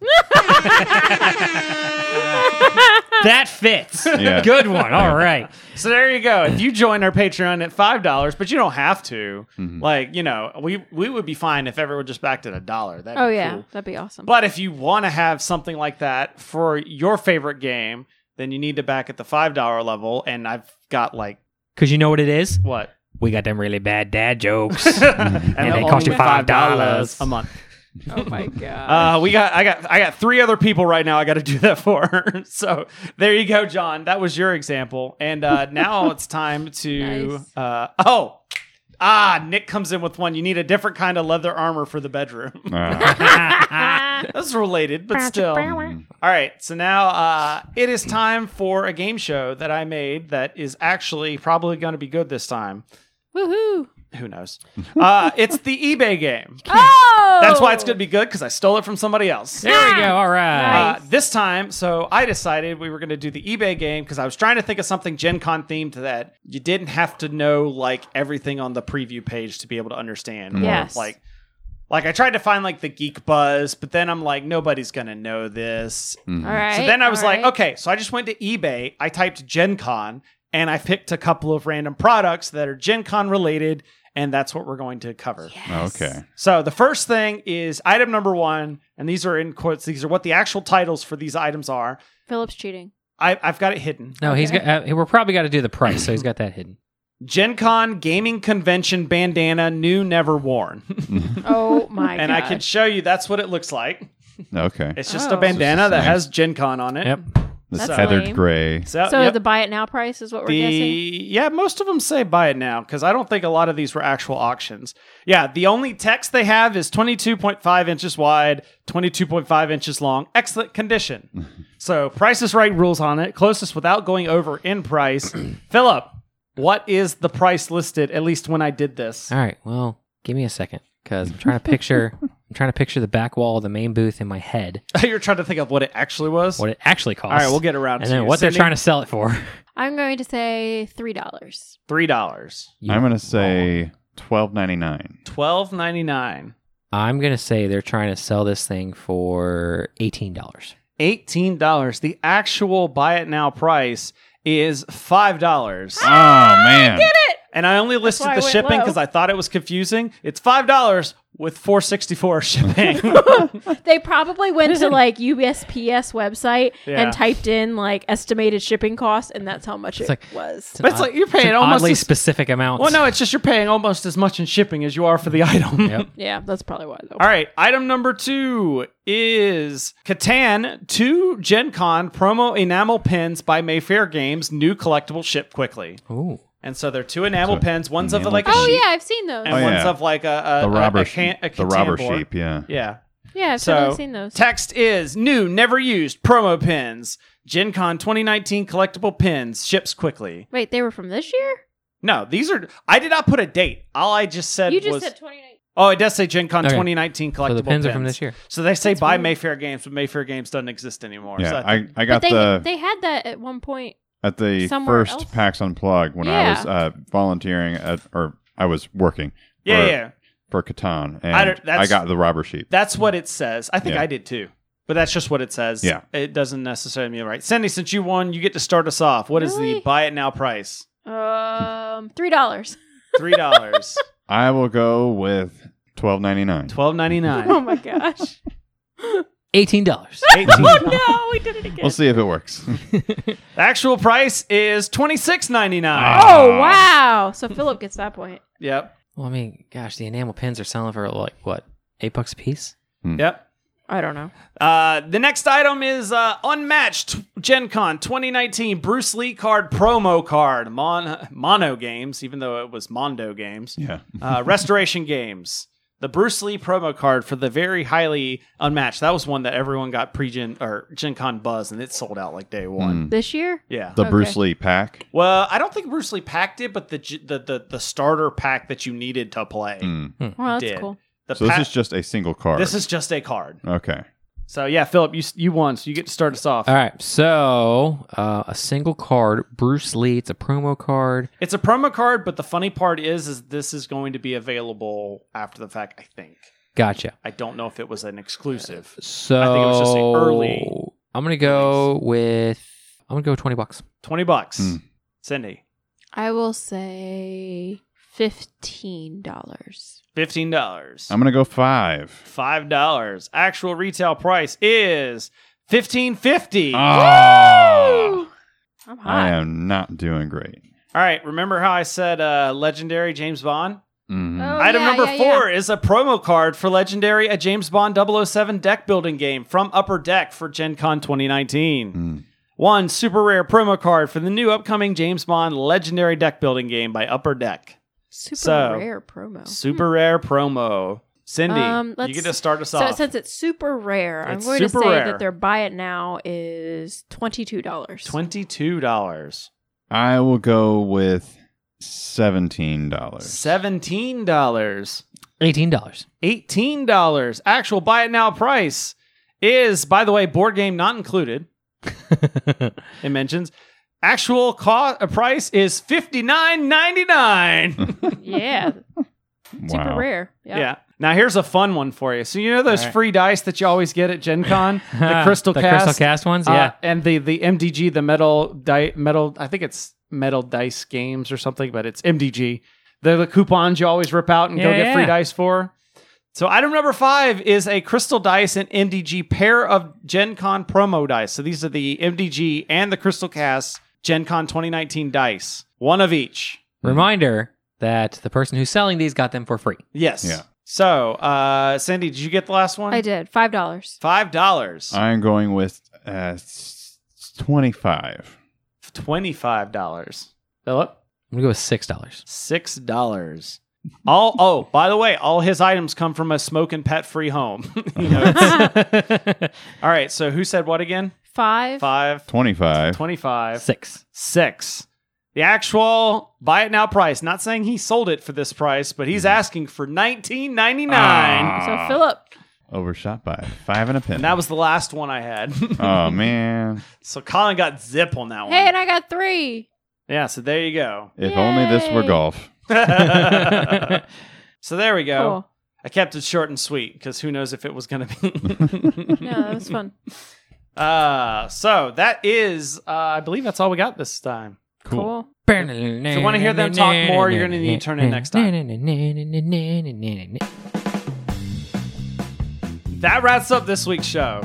S3: That fits.
S2: Yeah.
S3: Good one. All right.
S1: so there you go. If you join our Patreon at five dollars, but you don't have to. Like you know, we we would be fine if everyone just backed at a dollar. That'd
S4: Oh
S1: be
S4: yeah,
S1: cool.
S4: that'd be awesome.
S1: But if you want to have something like that for your favorite game, then you need to back at the five dollar level. And I've got like
S3: Because you know what it is?
S1: what,
S3: We got them really bad dad jokes.
S1: and,
S3: they
S1: they'll
S3: cost you
S1: only be
S3: $5
S1: a month.
S4: oh my god.
S1: Uh, we got I got I got three other people right now. I got to do that for. so there you go, John. That was your example, and uh, now it's time to
S4: Nice.
S1: uh, oh. Ah, Nick comes in with one. You need a different kind of leather armor for the bedroom.
S2: Ah.
S1: That's related, but still. All right, so now uh, it is time for a game show that I made that is actually probably going to be good this time.
S4: Woohoo!
S1: Who knows? Uh, it's the eBay game.
S4: Oh,
S1: That's why it's going to be good because I stole it from somebody else.
S3: there we go. All right.
S1: Uh, this time, so I decided we were going to do the eBay game because I was trying to think of something Gen Con themed that you didn't have to know like everything on the preview page to be able to understand. Or,
S4: Yes.
S1: like, like I tried to find like the geek buzz, but then I'm like, nobody's going to know this.
S2: mm.
S4: All right.
S1: So then I was
S4: all
S1: like,
S4: right.
S1: okay, so I just went to eBay, I typed Gen Con, and I picked a couple of random products that are Gen Con related, and that's what we're going to cover.
S2: Oh, okay.
S1: So the first thing is item number one, and these are in quotes, these are what the actual titles for these items are.
S4: Philip's cheating.
S1: I, I've got it hidden.
S3: No, he's got. Uh, we're probably got to do the price, so he's got that hidden.
S1: Gen Con Gaming Convention Bandana New Never Worn.
S4: Oh my god.
S1: and I can show you that's what it looks like.
S2: Okay.
S1: It's just
S4: Oh.
S1: a bandana that
S2: Nice.
S1: has Gen Con on it.
S2: This
S1: That's
S2: feathered
S4: lame.
S2: gray.
S1: So,
S4: so
S1: yep.
S4: the buy it now price is what we're
S1: the
S4: guessing.
S1: yeah most of them say buy it now because i don't think a lot of these were actual auctions yeah the only text they have is 22.5 inches wide 22.5 inches long excellent condition so price is right rules on it closest without going over in price philip what is the price listed at least when i did this
S3: All right. Well, give me a second, because I'm trying to picture. I'm trying to picture the back wall of the main booth in my head.
S1: you're trying to think of what it actually was
S3: What it actually
S1: all
S3: costs.
S1: right we'll get around
S3: And
S1: to
S3: then
S1: you.
S3: what they're
S1: Sydney,
S3: trying to sell it for.
S4: I'm going to say three dollars.
S1: three dollars
S3: You-
S2: I'm gonna say twelve ninety nine.
S1: 12.99
S3: I'm gonna say they're trying to sell this thing for eighteen dollars.
S1: eighteen dollars. The actual buy it now price is five dollars.
S2: Oh man.
S1: And I only listed
S4: why I
S1: the
S4: went
S1: shipping
S4: low.
S1: because I thought it was confusing. It's five dollars with four sixty four shipping.
S4: They probably went to like USPS website
S1: Yeah.
S4: and typed in like estimated shipping costs, and that's how much it
S3: like-
S4: was.
S1: But it's like you're
S3: It's
S1: paying
S3: an
S1: almost.
S3: oddly
S1: As,
S3: specific amount.
S1: well, no, it's just you're paying almost as much in shipping as you are for the item.
S3: Yep.
S4: Yeah, that's probably why though.
S1: All right, item number two is Catan 2 Gen Con promo enamel pins by Mayfair Games, new collectible ship quickly.
S3: Ooh.
S1: And so they're two enamel
S2: So,
S1: pins. One's of
S2: enamel
S1: like a
S4: Oh
S1: sheep,
S4: yeah, I've seen those.
S1: and
S2: Oh,
S1: one's
S2: yeah.
S1: of like a, a
S2: The robber
S1: a, a, can-
S2: sheep.
S1: a
S2: the robber
S1: Catan board.
S2: sheep. Yeah.
S1: Yeah.
S4: yeah, I've
S1: So
S4: totally seen those.
S1: text is new, never used promo pins. Gen Con 2019 collectible pins ships quickly.
S4: Wait, they were from this year?
S1: No, these are. I did not put a date. All I just said
S4: You just
S1: was.
S4: said twenty nine.
S1: oh, it does say Gen Con
S3: Okay.
S1: 2019 collectible
S3: So the pins are from this year.
S1: So they say buy Mayfair Games, but Mayfair Games doesn't exist anymore. so
S2: Yeah.
S1: I
S2: I,
S1: think-
S2: I
S4: But
S2: got
S4: they
S2: the
S4: they had that at one point.
S2: at the
S4: somewhere
S2: first
S4: else.
S2: PAX Unplugged when I
S4: Yeah.
S2: was uh, volunteering at or I was working.
S1: yeah,
S2: for,
S1: yeah.
S2: For Catan, and
S1: I
S2: I,
S1: don't- that's-
S2: got the robber sheep.
S1: That's what it says. I think
S2: Yeah.
S1: I did too. But that's just what it says.
S2: Yeah.
S1: It doesn't necessarily mean right. Cindy, since you won, you get to start us off. What is
S4: Really?
S1: the buy it now price?
S4: Um, three dollars.
S1: $3.
S2: I will go with twelve ninety nine.
S1: Twelve ninety nine.
S4: Oh my gosh.
S3: eighteen dollars.
S4: Oh, no, we did it again.
S2: We'll see if it works.
S1: The actual price is twenty six ninety nine.
S4: Oh wow! So Philip gets that point.
S1: Yep.
S3: Well, I mean, gosh, the enamel pins are selling for like what, eight bucks a piece?
S1: Yep.
S4: I don't know.
S1: Uh, the next item is uh, unmatched Gen Con 2019 Bruce Lee card promo card Mon- Mono Games, even though it was Mondo Games.
S2: yeah.
S1: Uh, Restoration Games, the Bruce Lee promo card for the very highly unmatched. That was one that everyone got pre Gen or Gen Con buzz, and it sold out like day one.
S4: This year,
S1: Yeah.
S2: The Bruce
S4: Okay.
S2: Lee pack.
S1: well, I don't think Bruce Lee packed it, but the j- the the, the starter pack that you needed to play.
S2: Mm.
S4: well, that's
S1: did.
S4: cool.
S1: The
S2: So this
S1: pa-
S2: is just a single card.
S1: this is just a card.
S2: okay.
S1: So yeah, Philip, you s- you won, so you get to start us off.
S3: All right, so uh, a single card, Bruce Lee. It's a promo card.
S1: It's a promo card, but the funny part is, is this is going to be available after the fact. I think.
S3: Gotcha.
S1: I don't know if it was an exclusive.
S3: So
S1: think it was just the early
S3: I'm gonna go with. I'm gonna go with twenty bucks.
S1: Twenty bucks,
S2: Hmm.
S1: Cindy.
S4: I will say fifteen dollars.
S1: Fifteen dollars.
S2: I'm gonna go five.
S1: Five dollars. Actual retail price is fifteen fifty. All
S2: Ah.
S4: I'm hot.
S2: I am not doing great.
S1: right. Remember how I said uh, legendary James Bond?
S2: Mhm.
S4: Oh,
S1: Item
S4: yeah,
S1: number
S4: yeah, yeah.
S1: four is a promo card for Legendary, a James Bond 007 deck building game from Upper Deck for Gen Con 2019.
S2: Mm.
S1: One super rare promo card for the new upcoming James Bond Legendary deck building game by Upper Deck.
S4: Super
S1: So-
S4: rare promo.
S1: Super rare promo. Cindy,
S4: Oh. Um,
S1: you
S4: let's-
S1: get to start us
S4: so
S1: off.
S4: since it's super rare,
S1: It's
S4: I'm going to
S1: super
S4: say
S1: rare.
S4: that their buy it now is twenty two dollars.
S1: $22.
S2: I will go with seventeen dollars.
S1: $17.
S3: Eighteen dollars.
S1: $18. Actual buy it now price is, by the way, board game not included. it mentions. Actual cost uh, price is fifty nine ninety nine.
S4: Yeah, super rare. Yeah.
S1: Yeah. Now here's a fun one for you. So you know those
S3: All right.
S1: free dice that you always get at Gen Con, the crystal
S3: the
S1: cast,
S3: crystal cast ones.
S1: uh,
S3: yeah.
S1: and the the MDG, the metal di- metal. I think it's metal dice games or something, but it's MDG. They're the coupons you always rip out and go
S3: Yeah,
S1: get free
S3: yeah.
S1: dice for. So item number five is a crystal dice and MDG pair of Gen Con promo dice. So these are the MDG and the crystal cast Gen Con 2019 dice, one of each.
S3: Mm-hmm. Reminder that the person who's selling these got them for free.
S1: Yes.
S2: Yeah.
S1: So, uh, Sandy, did you get the last one?
S4: I did five dollars.
S1: Five dollars.
S2: I'm going with uh, twenty-five.
S1: Twenty-five dollars. Philip.
S3: I'm gonna go with six dollars.
S1: Six dollars. All oh, by the way, all his items come from a smoke and pet free home. You know, it's- all right, so who said what again?
S4: Five.
S1: Five,
S2: Twenty-five.
S1: 25,
S3: Six.
S1: six. The actual buy it now price. Not saying he sold it for this price, but he's asking for nineteen ninety nine.
S2: Mm. Ah.
S4: So Philip,
S2: Overshot by five and a pin.
S1: And that was the last one I had.
S2: oh man!
S1: so Colin got zip on that one.
S4: hey, and I got three.
S1: yeah, so there you go.
S2: If only this were
S4: Yay.
S2: golf.
S1: so there we go.
S4: Cool.
S1: I kept it short and sweet because who knows if it was going to be.
S4: Yeah, that was fun.
S1: uh, so that is, uh, I believe that's all we got this time.
S4: Cool.
S3: If
S1: you wanna hear them talk more, you're gonna need to tune in next
S3: time.
S1: That wraps up this week's show.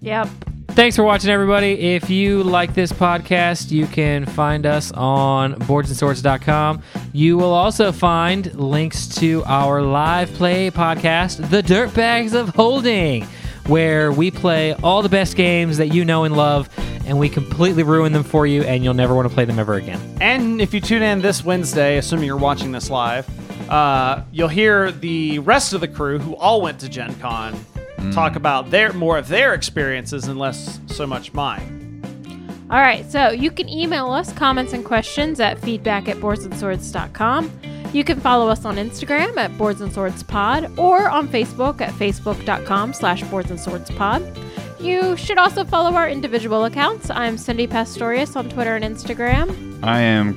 S4: Yep.
S3: Thanks for watching, everybody. If you like this podcast, you can find us on boardsandsorts.com. You will also find links to our live play podcast, The Dirtbags of Holding, where we play all the best games that you know and love, and we completely ruin them for you, and you'll never want to play them ever again.
S1: And if you tune in this Wednesday, assuming you're watching this live, uh, you'll hear the rest of the crew who all went to Gen Con talk about their more of their experiences and less so much mine.
S4: All right, so you can email us comments and questions at feedback at boardsandswords.com. You can follow us on Instagram at Boards and Swords Pod or on Facebook at facebook.com slash Boards and Swords Pod. You should also follow our individual accounts. I'm Cindy Pastorius on Twitter and Instagram.
S2: I am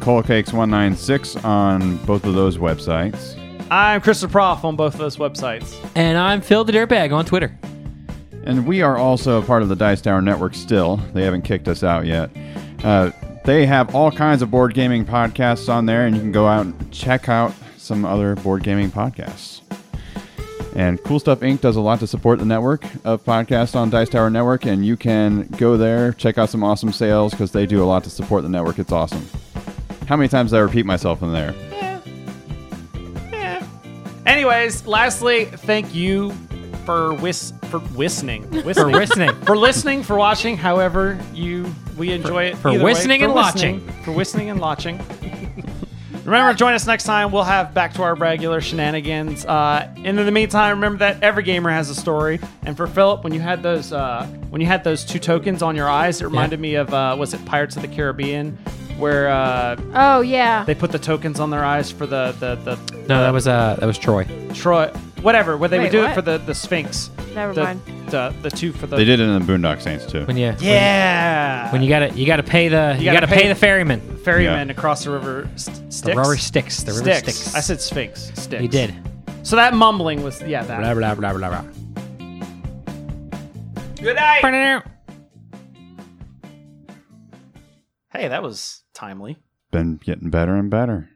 S2: Colecakes196 on both of those websites.
S1: I'm Chris Prof on both of those websites.
S3: And I'm Phil the Dirtbag on Twitter.
S2: And we are also a part of the Dice Tower Network still. They haven't kicked us out yet. Uh, they have all kinds of board gaming podcasts on there, and you can go out and check out some other board gaming podcasts. And Cool Stuff Inc. does a lot to support the network of podcasts on Dice Tower Network, and you can go there, check out some awesome sales because they do a lot to support the network. It's awesome. How many times did I repeat myself in there?
S1: Eh. Anyways, lastly, thank you for whis for whistling,
S3: For
S1: whistling,
S3: listening.
S1: for listening, for watching. However, you we enjoy it
S3: for
S1: either
S3: whistling
S1: way,
S3: and
S1: listening, for whistling and watching. Remember, join us next time. We'll have back to our regular shenanigans. Uh, and in the meantime, remember that every gamer has a story. And for Philip, when you had those uh, when you had those two tokens on your eyes, it reminded me of uh, was it Pirates of the Caribbean, where uh,
S4: Oh yeah.
S1: they put the tokens on their eyes for the the, the
S3: No, that was uh, that was Troy.
S1: Troy, whatever, where they
S4: Wait,
S1: would do it
S4: what?
S1: for the, the Sphinx.
S4: Never
S1: the,
S4: mind.
S1: The, the two for the.
S2: They did it in the Boondock Saints too.
S3: When you
S1: Yeah.
S3: when you gotta you gotta pay the you, gotta, pay, the ferryman.
S1: ferryman
S2: Yeah.
S1: across the river st- sticks.
S3: The river sticks. The river
S1: Styx.
S3: sticks.
S1: I said Sphinx. Sticks.
S3: you did.
S1: So that mumbling was yeah that.
S3: Blah blah blah blah blah.
S1: Good night.
S3: Ba-da-da.
S1: Hey, that was timely.
S2: Been getting better and better.